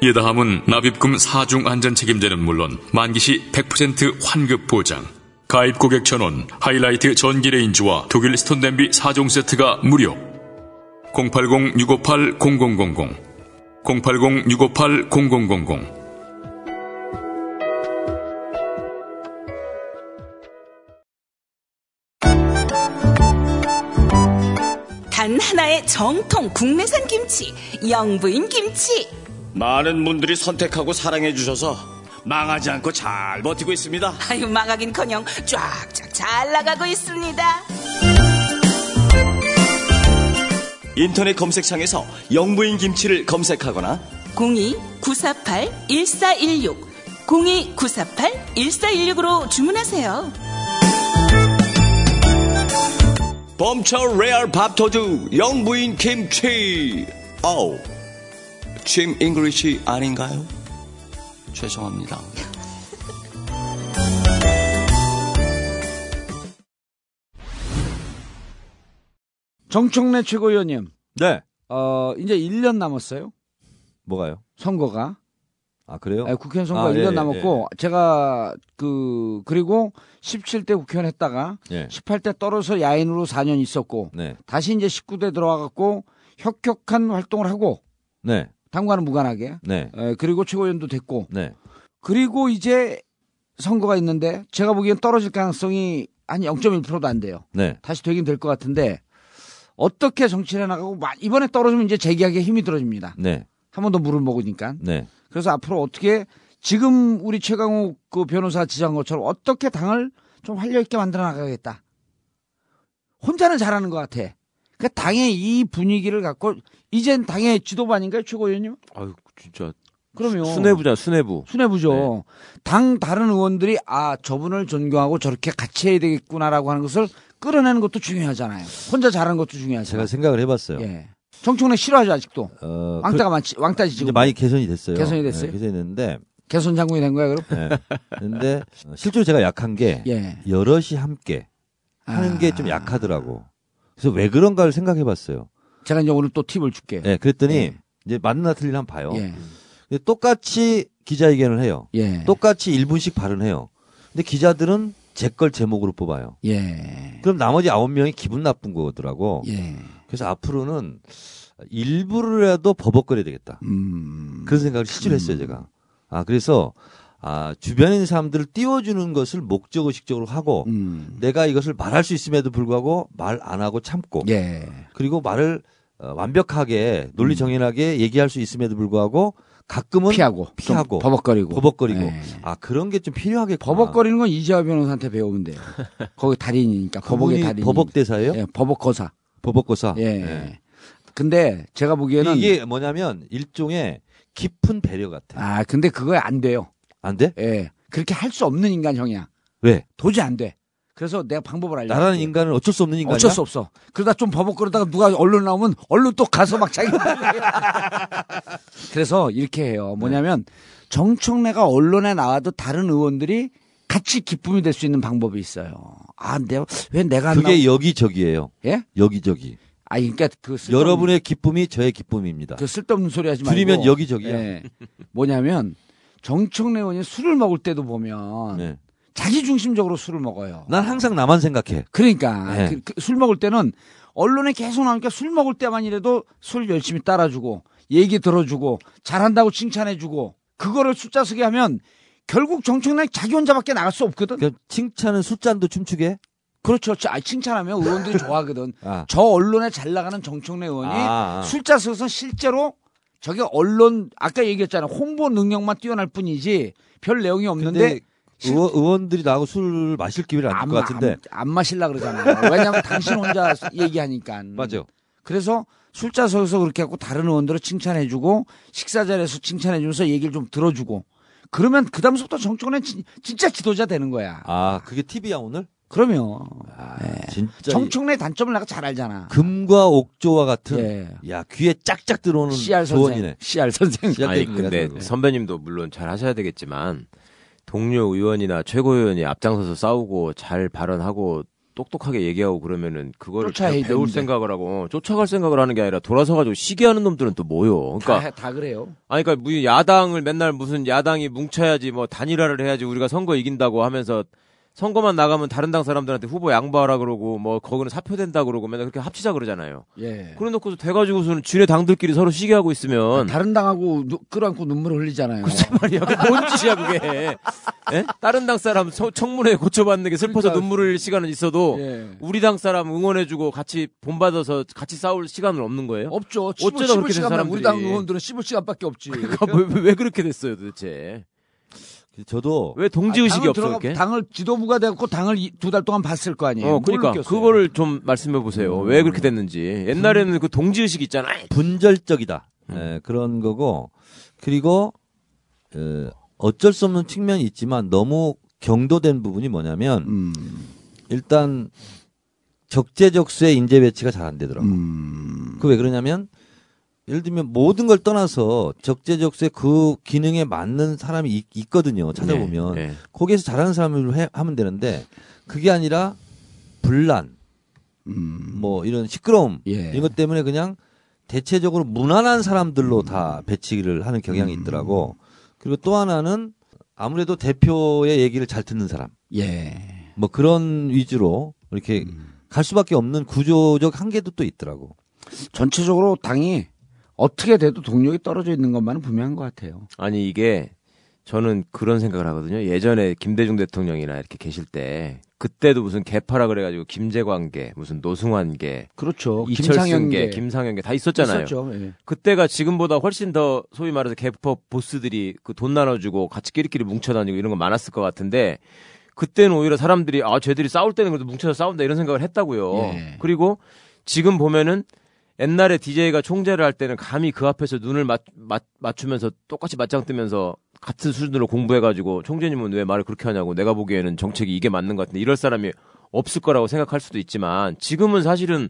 J: 예다함은 납입금 4중 안전 책임제는 물론 만기 시 100% 환급 보장. 가입 고객 전원, 하이라이트 전기 레인지와 독일 스톤 냄비 4종 세트가 무료. 080-658-0000 080-658-0000
D: 단 하나의 정통 국내산 김치 영부인 김치
C: 많은 분들이 선택하고 사랑해주셔서 망하지 않고 잘 버티고 있습니다.
D: 아유 망하긴커녕 쫙쫙 잘 나가고 있습니다
C: 인터넷 검색창에서 영부인 김치를 검색하거나
D: 02-948-1416 02-948-1416으로 주문하세요
C: 범철 레알 밥터주 영부인 김치. 어우, 짐 잉글리시 아닌가요? 죄송합니다.
B: 정청래 최고위원님,
G: 네.
B: 어, 이제 1년 남았어요.
G: 뭐가요?
B: 선거가.
G: 아 그래요?
B: 아, 국회의원 선거가
G: 아,
B: 1년
G: 예,
B: 남았고, 제가 그, 그리고 17대 국회의원 했다가
G: 예.
B: 18대 떨어서 야인으로 4년 있었고,
G: 네.
B: 다시 이제 19대 들어와갖고 혁혁한 활동을 하고,
G: 네.
B: 당과는 무관하게.
G: 네.
B: 에, 그리고 최고위원도 됐고,
G: 네.
B: 그리고 이제 선거가 있는데 제가 보기엔 떨어질 가능성이 한 0.1%도 안 돼요.
G: 네.
B: 다시 되긴 될 것 같은데 어떻게 정치를 해나가고 마- 이번에 떨어지면 이제 재기하기에 힘이 들어집니다.
G: 네.
B: 한 번 더 물을 먹으니까.
G: 네.
B: 그래서 앞으로 어떻게 지금 우리 최강욱 그 변호사 지적한 것처럼 어떻게 당을 좀 활력 있게 만들어 나가겠다. 혼자는 잘하는 것 같아. 그 당의 이 분위기를 갖고 이젠 당의 지도부 아닌가요 최고위원님?
E: 아유 진짜
B: 그럼요.
E: 수뇌부잖아 수뇌부.
B: 수뇌부죠.
G: 네.
B: 당 다른 의원들이 아 저분을 존경하고 저렇게 같이 해야 되겠구나라고 하는 것을 끌어내는 것도 중요하잖아요. 혼자 잘하는 것도 중요하잖아요.
G: 제가 생각을 해봤어요.
B: 예. 정청래 싫어하죠 아직도.
G: 어, 그-
B: 왕따가 많지 왕따지
G: 이제
B: 지금.
G: 많이 개선이 됐어요.
B: 개선이 됐어요?
G: 네, 개선이 됐는데,
B: 개선 장군이 된 거야 그럼?
G: 네. 근데 어, 실제로 제가 약한 게
B: 예. 아.
G: 여럿이 함께 하는 게 좀 약하더라고. 그래서 왜 그런가를 생각해봤어요.
B: 제가 이제 오늘 또 팁을 줄게.
G: 네, 그랬더니
B: 예.
G: 이제 맞나 틀리나 한번 봐요.
B: 예.
G: 근데 똑같이 기자회견을 해요.
B: 예.
G: 똑같이 1분씩 발언해요. 근데 기자들은 제 걸 제목으로 뽑아요.
B: 예.
G: 그럼 나머지 9명이 기분 나쁜 거더라고.
B: 예.
G: 그래서 앞으로는 일부라도 버벅거려야 되겠다.
B: 음.
G: 그런 생각을 시주를 했어요, 제가. 아, 그래서, 아, 주변에 있는 사람들을 띄워주는 것을 목적의식적으로 하고,
B: 음.
G: 내가 이것을 말할 수 있음에도 불구하고 말 안 하고 참고,
B: 예.
G: 그리고 말을 어, 완벽하게 논리 정연하게 얘기할 수 있음에도 불구하고
B: 음.
G: 가끔은
B: 피하고. 좀
G: 피하고
B: 버벅거리고.
G: 버벅거리고.
B: 예.
G: 아, 그런 게 좀 필요하겠구나.
B: 버벅거리는 건 이재화 변호사한테 배우면
G: (laughs)
B: 돼요. 거기 달인이니까 버벅의
G: 그분이
B: 달인.
G: 버벅 대사예요?
B: 예, 버벅거사.
G: 버벅거사.
B: 예.
G: 예.
B: 근데 제가 보기에는
G: 이게 뭐냐면 일종의 깊은 배려 같아.
B: 아 근데 그거 안 돼요.
G: 안 돼?
B: 예. 그렇게 할 수 없는 인간 형이야.
G: 왜?
B: 도저히 안 돼. 그래서 내가 방법을 알려.
G: 나라는 인간은 어쩔 수 없는 인간이야.
B: 네. 어쩔 수 없어. 그러다 좀 버벅거리다가 누가 언론 나오면 언론 또 가서 막 자기. (laughs) 그래서 이렇게 해요. 뭐냐면 정청래가 언론에 나와도 다른 의원들이 같이 기쁨이 될 수 있는 방법이 있어요. 아, 내가 왜 내가 안 나오?
G: 그게 여기저기예요.
B: 예?
G: 여기저기.
B: 아, 그러니까 그 쓸데없는-
G: 여러분의 기쁨이 저의 기쁨입니다.
B: 그 쓸데없는 소리 하지 말고
G: 줄이면 여기저기야.
B: 예. 뭐냐면 정청래 의원이 술을 먹을 때도 보면
G: 네.
B: 자기 중심적으로 술을 먹어요.
G: 난 항상 나만 생각해.
B: 그러니까
G: 네.
B: 그- 그술 먹을 때는 언론에 계속 나오니까 술 먹을 때만이라도 술 열심히 따라주고 얘기 들어주고 잘한다고 칭찬해주고 그거를 숫자 쓰게 하면 결국 정청래 자기 혼자밖에 나갈 수 없거든.
G: 그럼 칭찬은 술잔도 춤추게?
B: 그렇죠. 아, 칭찬하면
G: (laughs)
B: 의원들이 좋아하거든.
G: 아.
B: 저 언론에 잘 나가는 정청래 의원이
G: 아, 아.
B: 술자 서서 실제로 저게 언론 아까 얘기했잖아 홍보 능력만 뛰어날 뿐이지 별 내용이 없는데
G: 근데 의원, 의원들이 나하고 술 마실 기회를 안 줄 것 같은데.
B: 안, 안 마실라 그러잖아요. 왜냐하면 당신 혼자 (laughs) 얘기하니까.
G: 맞아.
B: 그래서 술자석에서 그렇게 하고 다른 의원들을 칭찬해주고 식사 자리에서 칭찬해주면서 얘기를 좀 들어주고 그러면 그 다음부터 정청래 진짜 지도자 되는 거야.
G: 아, 그게 팁이야, 오늘?
B: 그러면
G: 아, 진짜. 이
B: 네. 정청래 단점을 내가 잘 알잖아.
G: 금과 옥조와 같은.
B: 예.
G: 야, 귀에 짝짝 들어오는
B: CR 선생,
G: 조언이네.
B: CR 선생.
G: 씨알
E: 아니
G: 때문에
E: 근데
G: 그래서.
E: 선배님도 물론 잘 하셔야 되겠지만 동료 의원이나 최고위원이 앞장서서 싸우고 잘 발언하고 똑똑하게 얘기하고 그러면은 그거를
B: 쫓아야
E: 배울
B: 되는데.
E: 생각을 하고 어, 쫓아갈 생각을 하는 게 아니라 돌아서 가지고 시기하는 놈들은 또 뭐요? 그러니까
B: 다, 다 그래요.
E: 아니 그러니까 무슨 야당을 맨날 무슨 야당이 뭉쳐야지 뭐 단일화를 해야지 우리가 선거 이긴다고 하면서 선거만 나가면 다른 당 사람들한테 후보 양보하라 그러고 뭐 거기는 사표된다 그러고 맨날 그렇게 합치자 그러잖아요.
B: 예.
E: 그래 놓고서 돼가지고서는 지네 당들끼리 서로 시기하고 있으면
B: 다른 당하고 누- 끌어안고 눈물 을 흘리잖아요.
E: 말이야. 그게 뭔 짓이야 그게. 예? 다른 당 사람 청- 청문회 고쳐받는 게 슬퍼서
B: 그러니까.
E: 눈물을 흘릴 시간은 있어도
B: 예.
E: 우리 당 사람 응원해주고 같이 본받아서 같이 싸울 시간은 없는 거예요?
B: 없죠.
E: 어쩌다
B: 씹을
E: 그렇게 된
B: 시간만 우리
E: 사람들이.
B: 당 의원들은 씹을 시간밖에 없지.
E: 왜,
B: 그러니까
E: 왜- 왜 (laughs) 그렇게 됐어요 도대체?
G: 저도
E: 왜 동지
B: 아,
E: 의식이
B: 당을
E: 없어
B: 들어가-
E: 그렇게?
B: 당을 지도부가 되고 당을 두 달 동안 봤을 거 아니에요. 음.
E: 어,
B: 뭘
E: 그러니까
B: 느꼈어요?
E: 그거를 좀 말씀해 보세요. 왜 그렇게 됐는지. 옛날에는 그 동지 의식 있잖아요.
G: 분절적이다.
E: 음.
G: 예, 그런 거고 그리고 에, 어쩔 수 없는 측면이 있지만 너무 경도된 부분이 뭐냐면
E: 음.
G: 일단 적재적소의 인재 배치가 잘 안 되더라고.
E: 음.
G: 그 왜 그러냐면 예를 들면 모든 걸 떠나서 적재적소의 그 기능에 맞는 사람이 있, 있거든요. 찾아보면
E: 네, 네.
G: 거기에서 잘하는 사람을 해, 하면 되는데 그게 아니라 분란, 뭐 이런 시끄러움
B: 음. 예.
G: 이것 때문에 그냥 대체적으로 무난한
B: 음.
G: 사람들로 다 배치를 하는 경향이 있더라고. 그리고 또 하나는 아무래도 대표의 얘기를 잘 듣는 사람.
B: 예.
G: 뭐 그런 위주로 이렇게
B: 음.
G: 갈 수밖에 없는 구조적 한계도 또 있더라고.
B: 전체적으로 당이 어떻게 돼도 동력이 떨어져 있는 것만은 분명한 것 같아요.
E: 아니 이게 저는 그런 생각을 하거든요. 예전에 김대중 대통령이나 이렇게 계실 때 그때도 무슨 개파라 그래가지고 김재관계, 무슨 노승환계,
B: 그렇죠.
E: 이철승계,
B: 김상현계.
E: 김상현계 다 있었잖아요.
B: 있었죠. 예.
E: 그때가 지금보다 훨씬 더 소위 말해서 개퍼 보스들이 그 돈 나눠주고 같이 끼리끼리 뭉쳐다니고 이런 거 많았을 것 같은데 그때는 오히려 사람들이 아 쟤들이 싸울 때는 그래도 뭉쳐서 싸운다 이런 생각을 했다고요.
B: 예.
E: 그리고 지금 보면은 옛날에 DJ가 총재를 할 때는 감히 그 앞에서 눈을 맞, 맞, 맞추면서 똑같이 맞짱 뜨면서 같은 수준으로 공부해가지고 총재님은 왜 말을 그렇게 하냐고 내가 보기에는 정책이 이게 맞는 것 같은데 이럴 사람이 없을 거라고 생각할 수도 있지만 지금은 사실은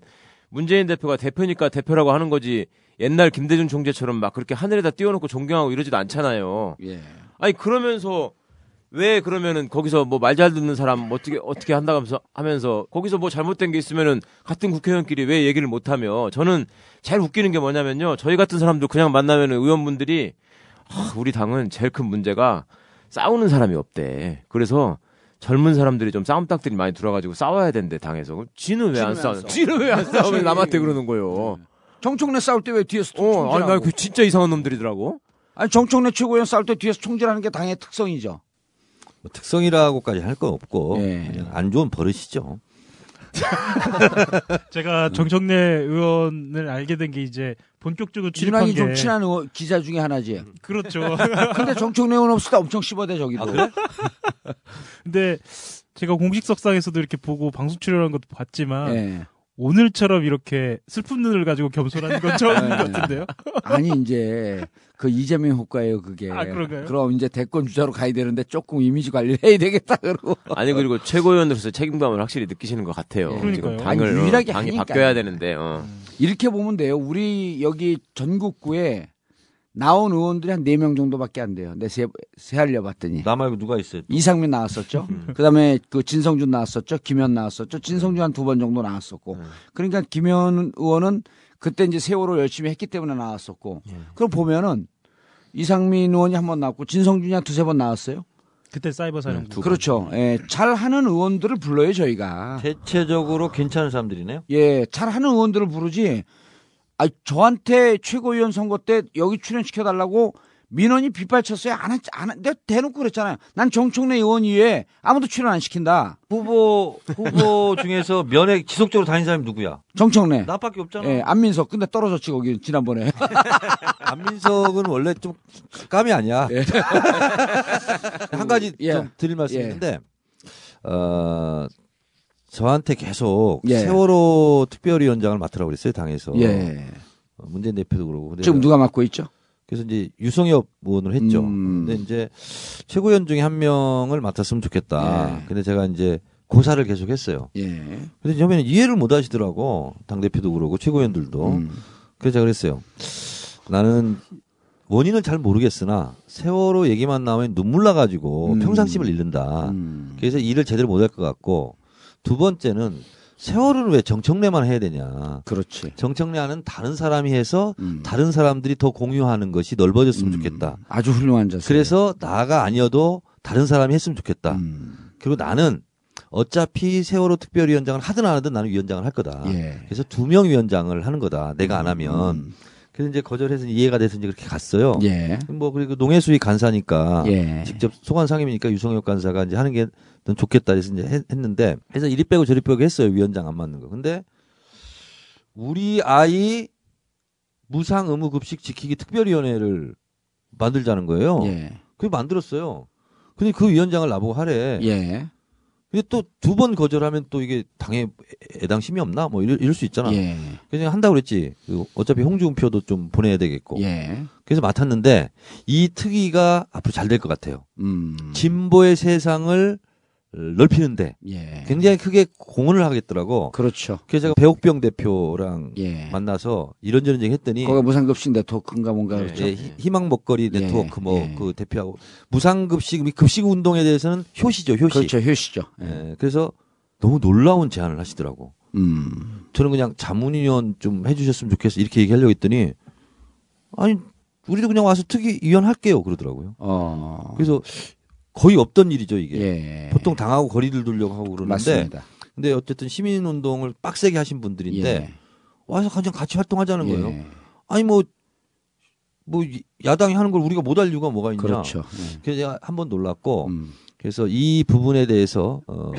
E: 문재인 대표가 대표니까 대표라고 하는 거지 옛날 김대중 총재처럼 막 그렇게 하늘에다 띄워놓고 존경하고 이러지도 않잖아요.
B: 예.
E: 아니 그러면서 왜 그러면은 거기서 뭐 말 잘 듣는 사람 어떻게 어떻게 한다면서 하면서 거기서 뭐 잘못된 게 있으면은 같은 국회의원끼리 왜 얘기를 못하며 저는 제일 웃기는 게 뭐냐면요 저희 같은 사람들 그냥 만나면은 의원분들이 아, 우리 당은 제일 큰 문제가 싸우는 사람이 없대 그래서 젊은 사람들이 좀 싸움 딱들이 많이 들어가지고 싸워야 된대 당에서 그럼 지는 왜
B: 지는 왜안
E: 안 싸우
B: 싸워?
E: 지는 왜 안 음. 싸우면 남한테 그러는 거예요
B: 정청래 싸울 때 왜 뒤에서
E: 어 아니
B: 총질하고?
E: 나그 진짜 이상한 놈들이더라고
B: 아니 정청래 최고위원 싸울 때 뒤에서 총질하는 게 당의 특성이죠.
G: 뭐 특성이라고까지 할 건 없고
B: 예.
G: 그냥 안 좋은 버릇이죠.
F: 제가 정청래 의원을 알게 된 게 이제 본격적으로 출입한
B: 유난히
F: 게
B: 좀 친한 의원- 기자 중에 하나지.
F: 그렇죠. (laughs)
B: 근데 정청래 의원 없을 때 엄청 씹어대
E: 아,
B: 저기도.
F: 근데 제가 공식석상에서도 이렇게 보고 방송 출연한 것도 봤지만
B: 예.
F: 오늘처럼 이렇게 슬픈 눈을 가지고 겸손한 건 처음인 것 같은데요.
B: 아니 이제 그 이재명 효과예요 그게.
F: 아, 그런가요?
B: 럼 이제 대권 주자로 가야 되는데 조금 이미지 관리를 해야 되겠다 그러고.
E: 아니 그리고 최고위원으로서 책임감을 확실히 느끼시는 것 같아요.
B: 그러니까요.
E: 지금 당을
B: 아니,
E: 어,
B: 유일하게
E: 당이
B: 하니까요.
E: 바뀌어야 되는데 어.
B: 이렇게 보면 돼요. 우리 여기 전국구에 나온 의원들이 한 네 명 정도밖에 안 돼요. 근데 세, 세알려 봤더니.
G: 나 말고 누가 있어요?
B: 이상민 나왔었죠. 그다음에 그 진성준 나왔었죠. 김현 나왔었죠. 진성준 한 두 번 정도 나왔었고. 그러니까 김현 의원은 그때 이제 세월호 열심히 했기 때문에 나왔었고. 그럼 보면은 이상민 의원이 한 번 나왔고 진성준이 한 두세 번 나왔어요.
F: 그때 사이버 사령 부
B: 그렇죠. 예, 잘 하는 의원들을 불러요, 저희가.
G: 대체적으로 괜찮은 사람들이네요.
B: 예, 잘 하는 의원들을 부르지. 아, 저한테 최고위원 선거 때 여기 출연시켜 달라고 민원이 빗발쳤어요. 안 했, 안 했, 내가 대놓고 그랬잖아요. 난 정청래 의원 이외에 아무도 출연 안 시킨다.
G: 후보 후보 중에서 면회 지속적으로 다닌 사람이 누구야?
B: 정청래.
G: 나밖에 없잖아.
B: 예, 안민석. 근데 떨어졌지, 거기, 지난번에.
G: 안민석은 원래 좀 감이 아니야. (laughs) 한 가지
B: 예.
G: 좀 드릴 말씀이
B: 예.
G: 있는데 어 저한테 계속
B: 예.
G: 세월호 특별위원장을 맡으라고 그랬어요 당에서.
B: (laughs) 예.
G: 어, 문재인 대표도 그러고. 근데
B: 지금 누가 맡고 있죠?
G: 그래서 이제 유성엽 의원을 했죠.
B: 음.
G: 근데 이제 최고위원 중에 한 명을 맡았으면 좋겠다.
B: 예.
G: 근데 제가 이제 고사를 계속 했어요.
B: 예.
G: 근데 처음에는 이해를 못 하시더라고. 당대표도 그러고 최고위원들도.
B: 음.
G: 그래서 제가 그랬어요. 나는 원인은 잘 모르겠으나 세월호 얘기만 나오면 눈물 나가지고
B: 음.
G: 평상심을 잃는다.
B: 음.
G: 그래서 일을 제대로 못 할 것 같고 두 번째는 세월호는 왜 정청래만 해야 되냐.
B: 그렇지.
G: 정청래는 다른 사람이 해서
B: 음.
G: 다른 사람들이 더 공유하는 것이 넓어졌으면
B: 음.
G: 좋겠다.
B: 아주 훌륭한 자세.
G: 그래서 나가 아니어도 다른 사람이 했으면 좋겠다.
B: 음.
G: 그리고 나는 어차피 세월호 특별위원장을 하든 안 하든 나는 위원장을 할 거다.
B: 예.
G: 그래서 두 명 위원장을 하는 거다. 내가 안 아, 하면.
B: 음.
G: 그래서 이제 거절해서 이해가 돼서 이제 그렇게 갔어요.
B: 예.
G: 뭐 그리고 농해수위 간사니까
B: 예.
G: 어, 아, 직접 소관 상임이니까 유성혁 간사가 이제 하는 게 넌 좋겠다 해서 이제 했, 는데 그래서 이리 빼고 저리 빼고 했어요 위원장 안 맞는 거. 근데 우리 아이 무상 의무 급식 지키기 특별위원회를 만들자는 거예요.
B: 예.
G: 그게 만들었어요. 근데 그 위원장을 나보고 하래.
B: 예.
G: 근데 또 두 번 거절하면 또 이게 당에 애당심이 없나? 뭐 이럴, 이럴 수 있잖아.
B: 예.
G: 그래서 한다고 그랬지. 그 어차피 홍준표도 좀 보내야 되겠고.
B: 예.
G: 그래서 맡았는데 이 특위가 앞으로 잘 될 것 같아요.
B: 음.
G: 진보의 세상을 넓히는데
B: 예.
G: 굉장히 크게 공헌을 하겠더라고.
B: 그렇죠.
G: 그래서 제가 배옥병 대표랑
B: 예.
G: 만나서 이런저런 얘기 했더니
B: 거기 무상급식 네트워크인가 뭔가
E: 예.
B: 그렇죠.
G: 예, 희- 희망 먹거리
B: 예,
G: 네트워크 뭐
B: 예.
G: 그 대표하고 무상급식 이 급식 운동에 대해서는 효시죠 효시.
B: 그렇죠. 효시죠. 예.
G: 예, 그래서 너무 놀라운 제안을 하시더라고.
B: 음.
G: 저는 그냥 자문위원 좀 해주셨으면 좋겠어 이렇게 얘기하려고 했더니 아니 우리도 그냥 와서 특위위원 할게요 그러더라고요.
B: 어.
G: 그래서 거의 없던 일이죠 이게.
B: 예.
G: 보통 당하고 거리를 두려고 하고 그러는데
B: 맞습니다.
G: 근데 어쨌든 시민운동을 빡세게 하신 분들인데
B: 예.
G: 와서 그냥 같이 활동하자는
B: 예.
G: 거예요. 아니 뭐 뭐 야당이 하는 걸 우리가 못 할 이유가 뭐가 있냐.
B: 그렇죠. 예.
G: 그래서 제가 한 번 놀랐고
B: 음.
G: 그래서 이 부분에 대해서 어,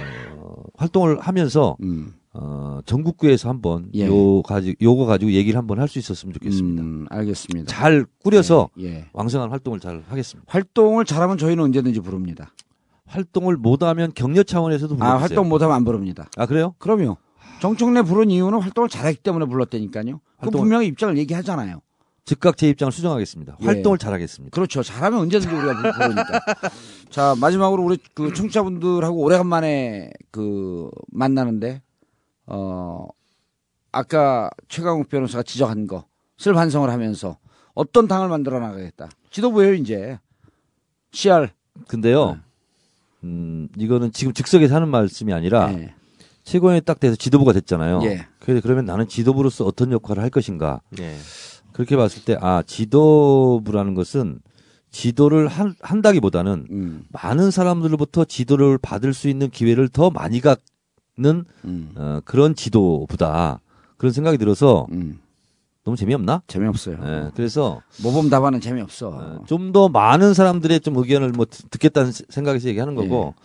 G: 활동을 하면서
B: 음.
G: 어, 전국구에서 한번
B: 예.
G: 요 가지 요거 가지고 얘기를 한번 할 수 있었으면 좋겠습니다.
B: 음, 알겠습니다.
G: 잘 꾸려서
B: 예.
G: 왕성한 활동을 잘 하겠습니다.
B: 활동을 잘하면 저희는 언제든지 부릅니다.
G: 활동을 못하면 격려 차원에서도
B: 아,
G: 불러주세요.
B: 활동 못하면 안 부릅니다.
G: 아 그래요?
B: 그럼요. 정청래 부른 이유는 활동을 잘했기 때문에 불렀다니까요. 그
G: 활동을-
B: 분명히 입장을 얘기하잖아요.
G: 즉각 제 입장을 수정하겠습니다.
B: 예.
G: 활동을 잘하겠습니다.
B: 그렇죠. 잘하면 언제든지 우리가 부- 부르니까. 자, 마지막으로 우리 그 청취자분들하고 오래간만에 그 만나는데, 어, 아까 최강욱 변호사가 지적한 것을 반성을 하면서 어떤 당을 만들어 나가겠다. 지도부예요 이제. CR.
G: 근데요, 음 이거는 지금 즉석에서 하는 말씀이 아니라
B: 예.
G: 최고위원이 딱 돼서 지도부가 됐잖아요.
B: 예.
G: 그래서 그러면 나는 지도부로서 어떤 역할을 할 것인가?
E: 예.
G: 그렇게 봤을 때 아 지도부라는 것은 지도를 한, 한다기보다는
B: 음,
G: 많은 사람들로부터 지도를 받을 수 있는 기회를 더 많이 갖는
B: 음,
G: 어, 그런 지도부다 그런 생각이 들어서
B: 음.
G: 너무 재미없나?
B: 재미없어요.
G: 예, 그래서
B: 모범 답안은 재미없어.
G: 좀 더 많은 사람들의 좀 의견을 뭐 듣- 듣겠다는 세- 생각에서 얘기하는 거고
B: 예.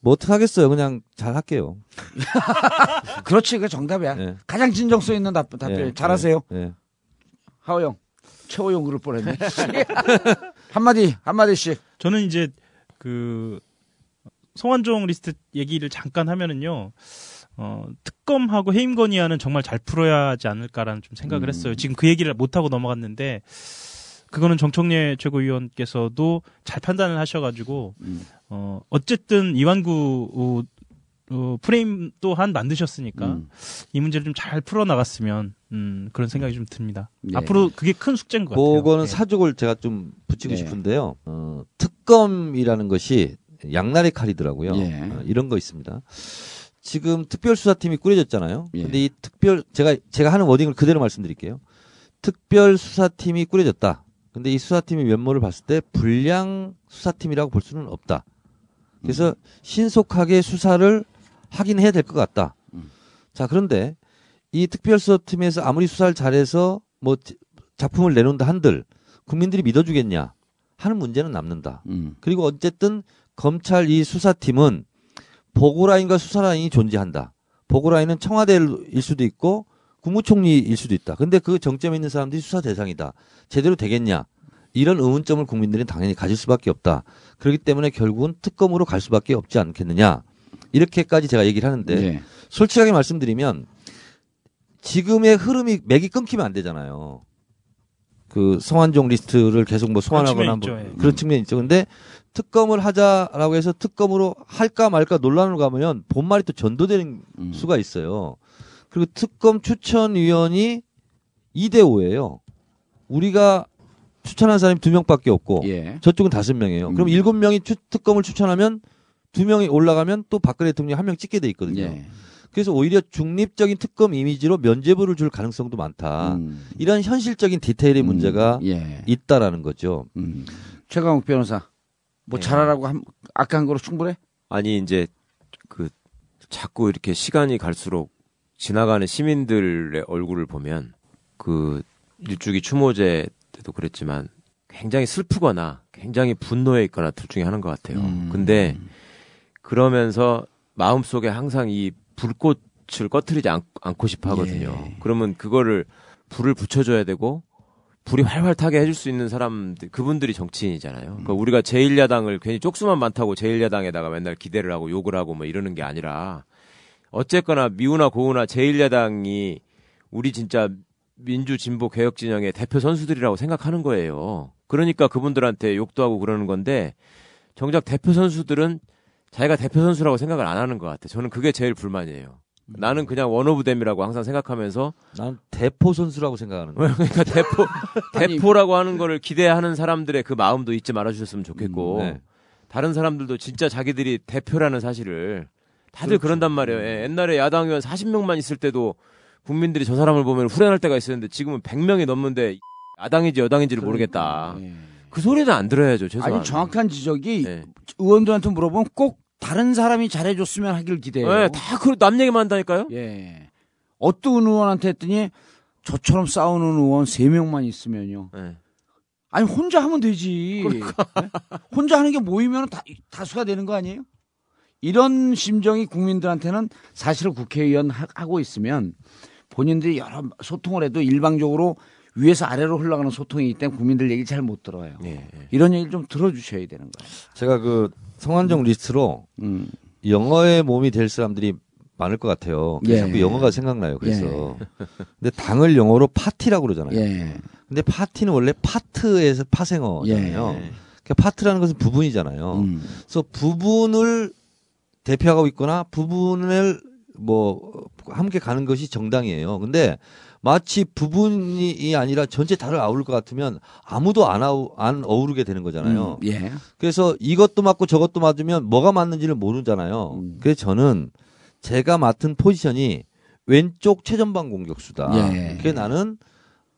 G: 뭐 어떻게 하겠어요? 그냥 잘 할게요.
B: 그렇지, 그 정답이야.
G: 예.
B: 가장 진정성 있는 답, 답변.
G: 예,
B: 잘하세요.
G: 예.
B: 하호영. 최호영 그럴 뻔했네. (laughs) 한마디, 한마디씩.
F: 저는 이제 그 성완종 리스트 얘기를 잠깐 하면은요. 어, 특검하고 해임 건의안은 정말 잘 풀어야 하지 않을까라는 좀 생각을 했어요. 지금 그 얘기를 못 하고 넘어갔는데 그거는 정청래 최고위원께서도 잘 판단을 하셔가지고 어, 어쨌든 이완구 어, 어, 프레임 또한 만드셨으니까
B: 음.
F: 이 문제를 좀 잘 풀어 나갔으면 음, 그런 생각이 좀 듭니다.
B: 네.
F: 앞으로 그게 큰 숙제인 것 같아요.
G: 그거는
F: 예.
G: 사족을 제가 좀 붙이고
B: 예.
G: 싶은데요. 어, 특검이라는 것이 양날의 칼이더라고요.
B: 예.
G: 어, 이런 거 있습니다. 지금 특별수사팀이 꾸려졌잖아요.
B: 예.
G: 근데 이 특별 제가 제가 하는 워딩을 그대로 말씀드릴게요. 특별수사팀이 꾸려졌다. 근데 이 수사팀이 면모를 봤을 때 불량 수사팀이라고 볼 수는 없다.
B: 음.
G: 그래서 신속하게 수사를 하긴 해야 될 것 같다.
B: 음.
G: 자 그런데 이 특별수사팀에서 아무리 수사를 잘해서 뭐 지- 작품을 내놓는다 한들 국민들이 믿어주겠냐 하는 문제는 남는다.
B: 음.
G: 그리고 어쨌든 검찰 이 수사팀은 보고라인과 수사라인이 존재한다. 보고라인은 청와대일 수도 있고 국무총리일 수도 있다. 근데 그 정점에 있는 사람들이 수사 대상이다. 제대로 되겠냐? 이런 의문점을 국민들은 당연히 가질 수밖에 없다. 그렇기 때문에 결국은 특검으로 갈 수밖에 없지 않겠느냐. 이렇게까지 제가 얘기를 하는데
B: 예.
G: 솔직하게 말씀드리면 지금의 흐름이 맥이 끊기면 안 되잖아요. 그 성환종 리스트를 계속 뭐 소환하거나
F: 그런 측면이
G: 뭐
F: 있죠, 예.
G: 그런 측면이 있죠. 근데 특검을 하자라고 해서 특검으로 할까 말까 논란으로 가면 본말이 또 전도되는
B: 음.
G: 수가 있어요. 그리고 특검 추천위원이 2대 5예요. 우리가 추천한 사람이 두 명밖에 없고
B: 예.
G: 저쪽은 다섯 명이에요.
B: 음.
G: 그럼 일곱 명이 추- 특검을 추천하면 두 명이 올라가면 또 박근혜 대통령 한 명 찍게 돼 있거든요.
B: 예.
G: 그래서 오히려 중립적인 특검 이미지로 면죄부를 줄 가능성도 많다.
B: 음.
G: 이런 현실적인 디테일의
B: 음.
G: 문제가
B: 예.
G: 있다라는 거죠.
B: 음. 최강욱 변호사. 뭐
E: 예.
B: 잘하라고 한, 아까 한 거로 충분해?
E: 아니 이제 그 자꾸 이렇게 시간이 갈수록 지나가는 시민들의 얼굴을 보면 그 일주기 추모제 때도 그랬지만 굉장히 슬프거나 굉장히 분노에 있거나 둘 중에 하나인 것 같아요.
B: 음.
E: 근데 그러면서 마음속에 항상 이 불꽃을 꺼트리지 않, 고 싶어 하거든요.
B: 예.
E: 그러면 그거를 불을 붙여줘야 되고 불이 활활 타게 해줄 수 있는 사람들 그분들이 정치인이잖아요. 그러니까 우리가 제1야당을 괜히 쪽수만 많다고 제1야당에다가 맨날 기대를 하고 욕을 하고 뭐 이러는 게 아니라 어쨌거나 미우나 고우나 제1야당이 우리 진짜 민주 진보 개혁 진영의 대표 선수들이라고 생각하는 거예요. 그러니까 그분들한테 욕도 하고 그러는 건데 정작 대표 선수들은 자기가 대표 선수라고 생각을 안 하는 것 같아. 저는 그게 제일 불만이에요. 나는 그냥 원오브댐이라고 항상 생각하면서
G: 난 대포 선수라고 생각하는 거예요.
E: 그러니까 대포 대포라고 하는 거를 기대하는 사람들의 그 마음도 잊지 말아주셨으면 좋겠고
G: 음, 네.
E: 다른 사람들도 진짜 자기들이 대표라는 사실을 다들 그런단 말이에요. 예, 옛날에 야당 의원 40명만 있을 때도 국민들이 저 사람을 보면 후련할 때가 있었는데 지금은 100명이 넘는데 이 (laughs) 야당인지 여당인지를 모르겠다.
B: 예.
E: 그 소리는 안 들어야죠. 죄송합니다.
B: 아니 뭐 정확한 지적이
E: 예.
B: 의원들한테 물어보면 꼭 다른 사람이 잘해줬으면 하길 기대해요.
E: 예, 다그남 얘기만 한다니까요.
B: 예. 어떤 의원한테 했더니 저처럼 싸우는 의원 세 명만 있으면요.
E: 예.
B: 아니 혼자 하면 되지.
G: 그러니까.
B: 네? 혼자 하는 게 모이면 다 다수가 되는 거 아니에요? 이런 심정이 국민들한테는 사실 국회의원 하- 하고 있으면 본인들이 여러 소통을 해도 일방적으로 위에서 아래로 흘러가는 소통이기 때문에 국민들 얘기 잘 못 들어요.
E: 예, 예.
B: 이런 얘기를 좀 들어주셔야 되는 거예요.
G: 제가 그 성한종 리스트로
B: 음.
G: 영어에 몸이 될 사람들이 많을 것 같아요. 그래서
B: 예.
G: 자꾸 영어가 생각나요. 그래서 근데 당을 영어로 파티라고 그러잖아요.
B: 예.
G: 근데 파티는 원래 파트에서 파생어잖아요.
B: 예.
G: 그러니까 파트라는 것은 부분이잖아요.
B: 음.
G: 그래서 부분을 대표하고 있거나 부분을 뭐 함께 가는 것이 정당이에요. 근데 마치 부분이 아니라 전체 다를 아울 것 같으면 아무도 안, 아우, 안 어우르게 되는 거잖아요.
B: 음, 예.
G: 그래서 이것도 맞고 저것도 맞으면 뭐가 맞는지를 모르잖아요.
B: 음.
G: 그래서 저는 제가 맡은 포지션이 왼쪽 최전방 공격수다.
B: 예.
G: 그게 나는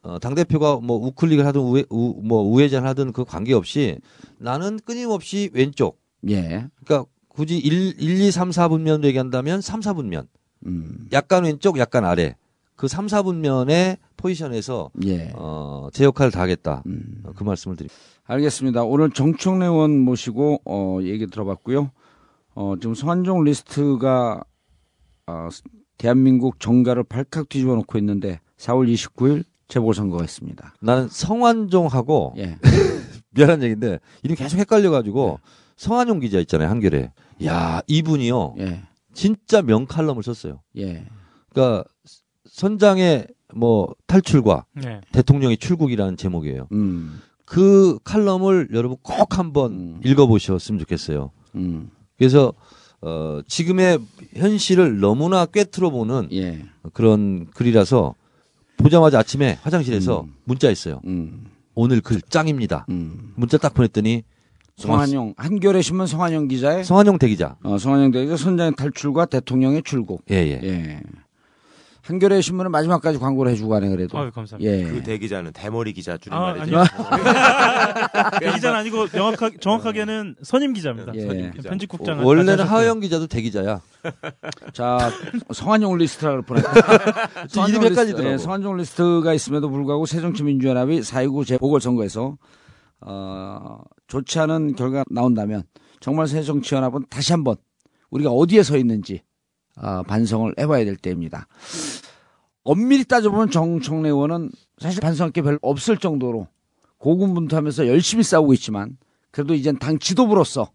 G: 어, 당대표가 뭐 우클릭을 하든 우회, 우, 뭐 우회전 하든 그 관계없이 나는 끊임없이 왼쪽.
B: 예.
G: 그러니까 굳이 1, 1 2, 3, 4분면으로 얘기한다면 3, 4분면.
B: 음.
G: 약간 왼쪽, 약간 아래. 그 3, 4분면의 포지션에서
B: 예.
G: 어, 제 역할을 다하겠다.
B: 음.
G: 어, 그 말씀을 드립니다.
B: 알겠습니다. 오늘 정청래 의원 모시고 어, 얘기 들어봤고요. 어, 지금 성한종 리스트가 아, 대한민국 정가를 발칵 뒤집어 놓고 있는데 4월 29일 재보선거가 있습니다.
G: 나는 성완종하고
B: 예.
G: 미안한 얘기인데 이름 계속 헷갈려가지고 성한용 기자 있잖아요 한겨레. 야 이분이요
B: 예.
G: 진짜 명칼럼을 썼어요.
B: 예.
G: 그러니까 선장의 뭐 탈출과
F: 네.
G: 대통령의 출국이라는 제목이에요.
B: 음.
G: 그 칼럼을 여러분 꼭 한번
B: 음.
G: 읽어보셨으면 좋겠어요.
B: 음.
G: 그래서 어, 지금의 현실을 너무나 꿰뚫어보는
B: 예.
G: 그런 글이라서 보자마자 아침에 화장실에서 문자했어요.
B: 음.
G: 오늘 글 짱입니다.
B: 음.
G: 문자 딱 보냈더니
B: 송한용 한겨레 신문 송한용 기자의
G: 성한용 대기자.
B: 어, 송한용 대표 선장의 탈출과 대통령의 출국.
G: 예예.
B: 예. 한겨레 신문은 마지막까지 광고를 해주고 가네 그래도.
F: 아유, 감사합니다.
B: 예.
E: 그 대기자는 대머리 기자
F: 아,
E: 줄임말이죠.
F: 아니요. 기자는 아니고 명확하, 정확하게는 선임 기자입니다.
B: 예.
F: 선임 기자. 편집국장.
G: 원래는 하영 기자도 대기자야.
B: 자, 성한용 올리스트라고 보냈다.
G: 이름이
B: (laughs) 성한종
G: 헷갈리더라고.
B: 리스트, 예, 성한종 리스트가 있음에도 불구하고 새정치민주연합이 4.29 재보궐선거에서 어, 좋지 않은 결과 나온다면 정말 새정치연합은 다시 한번 우리가 어디에 서 있는지 어, 반성을 해봐야 될 때입니다. 엄밀히 따져보면 정청래 의원은 사실 반성할 게 별로 없을 정도로 고군분투하면서 열심히 싸우고 있지만 그래도 이젠 당 지도부로서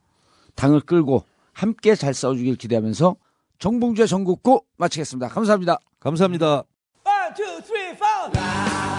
B: 당을 끌고 함께 잘 싸워주길 기대하면서 정봉주의 전국구 마치겠습니다. 감사합니다.
G: 감사합니다.
A: One, two, three, four. La,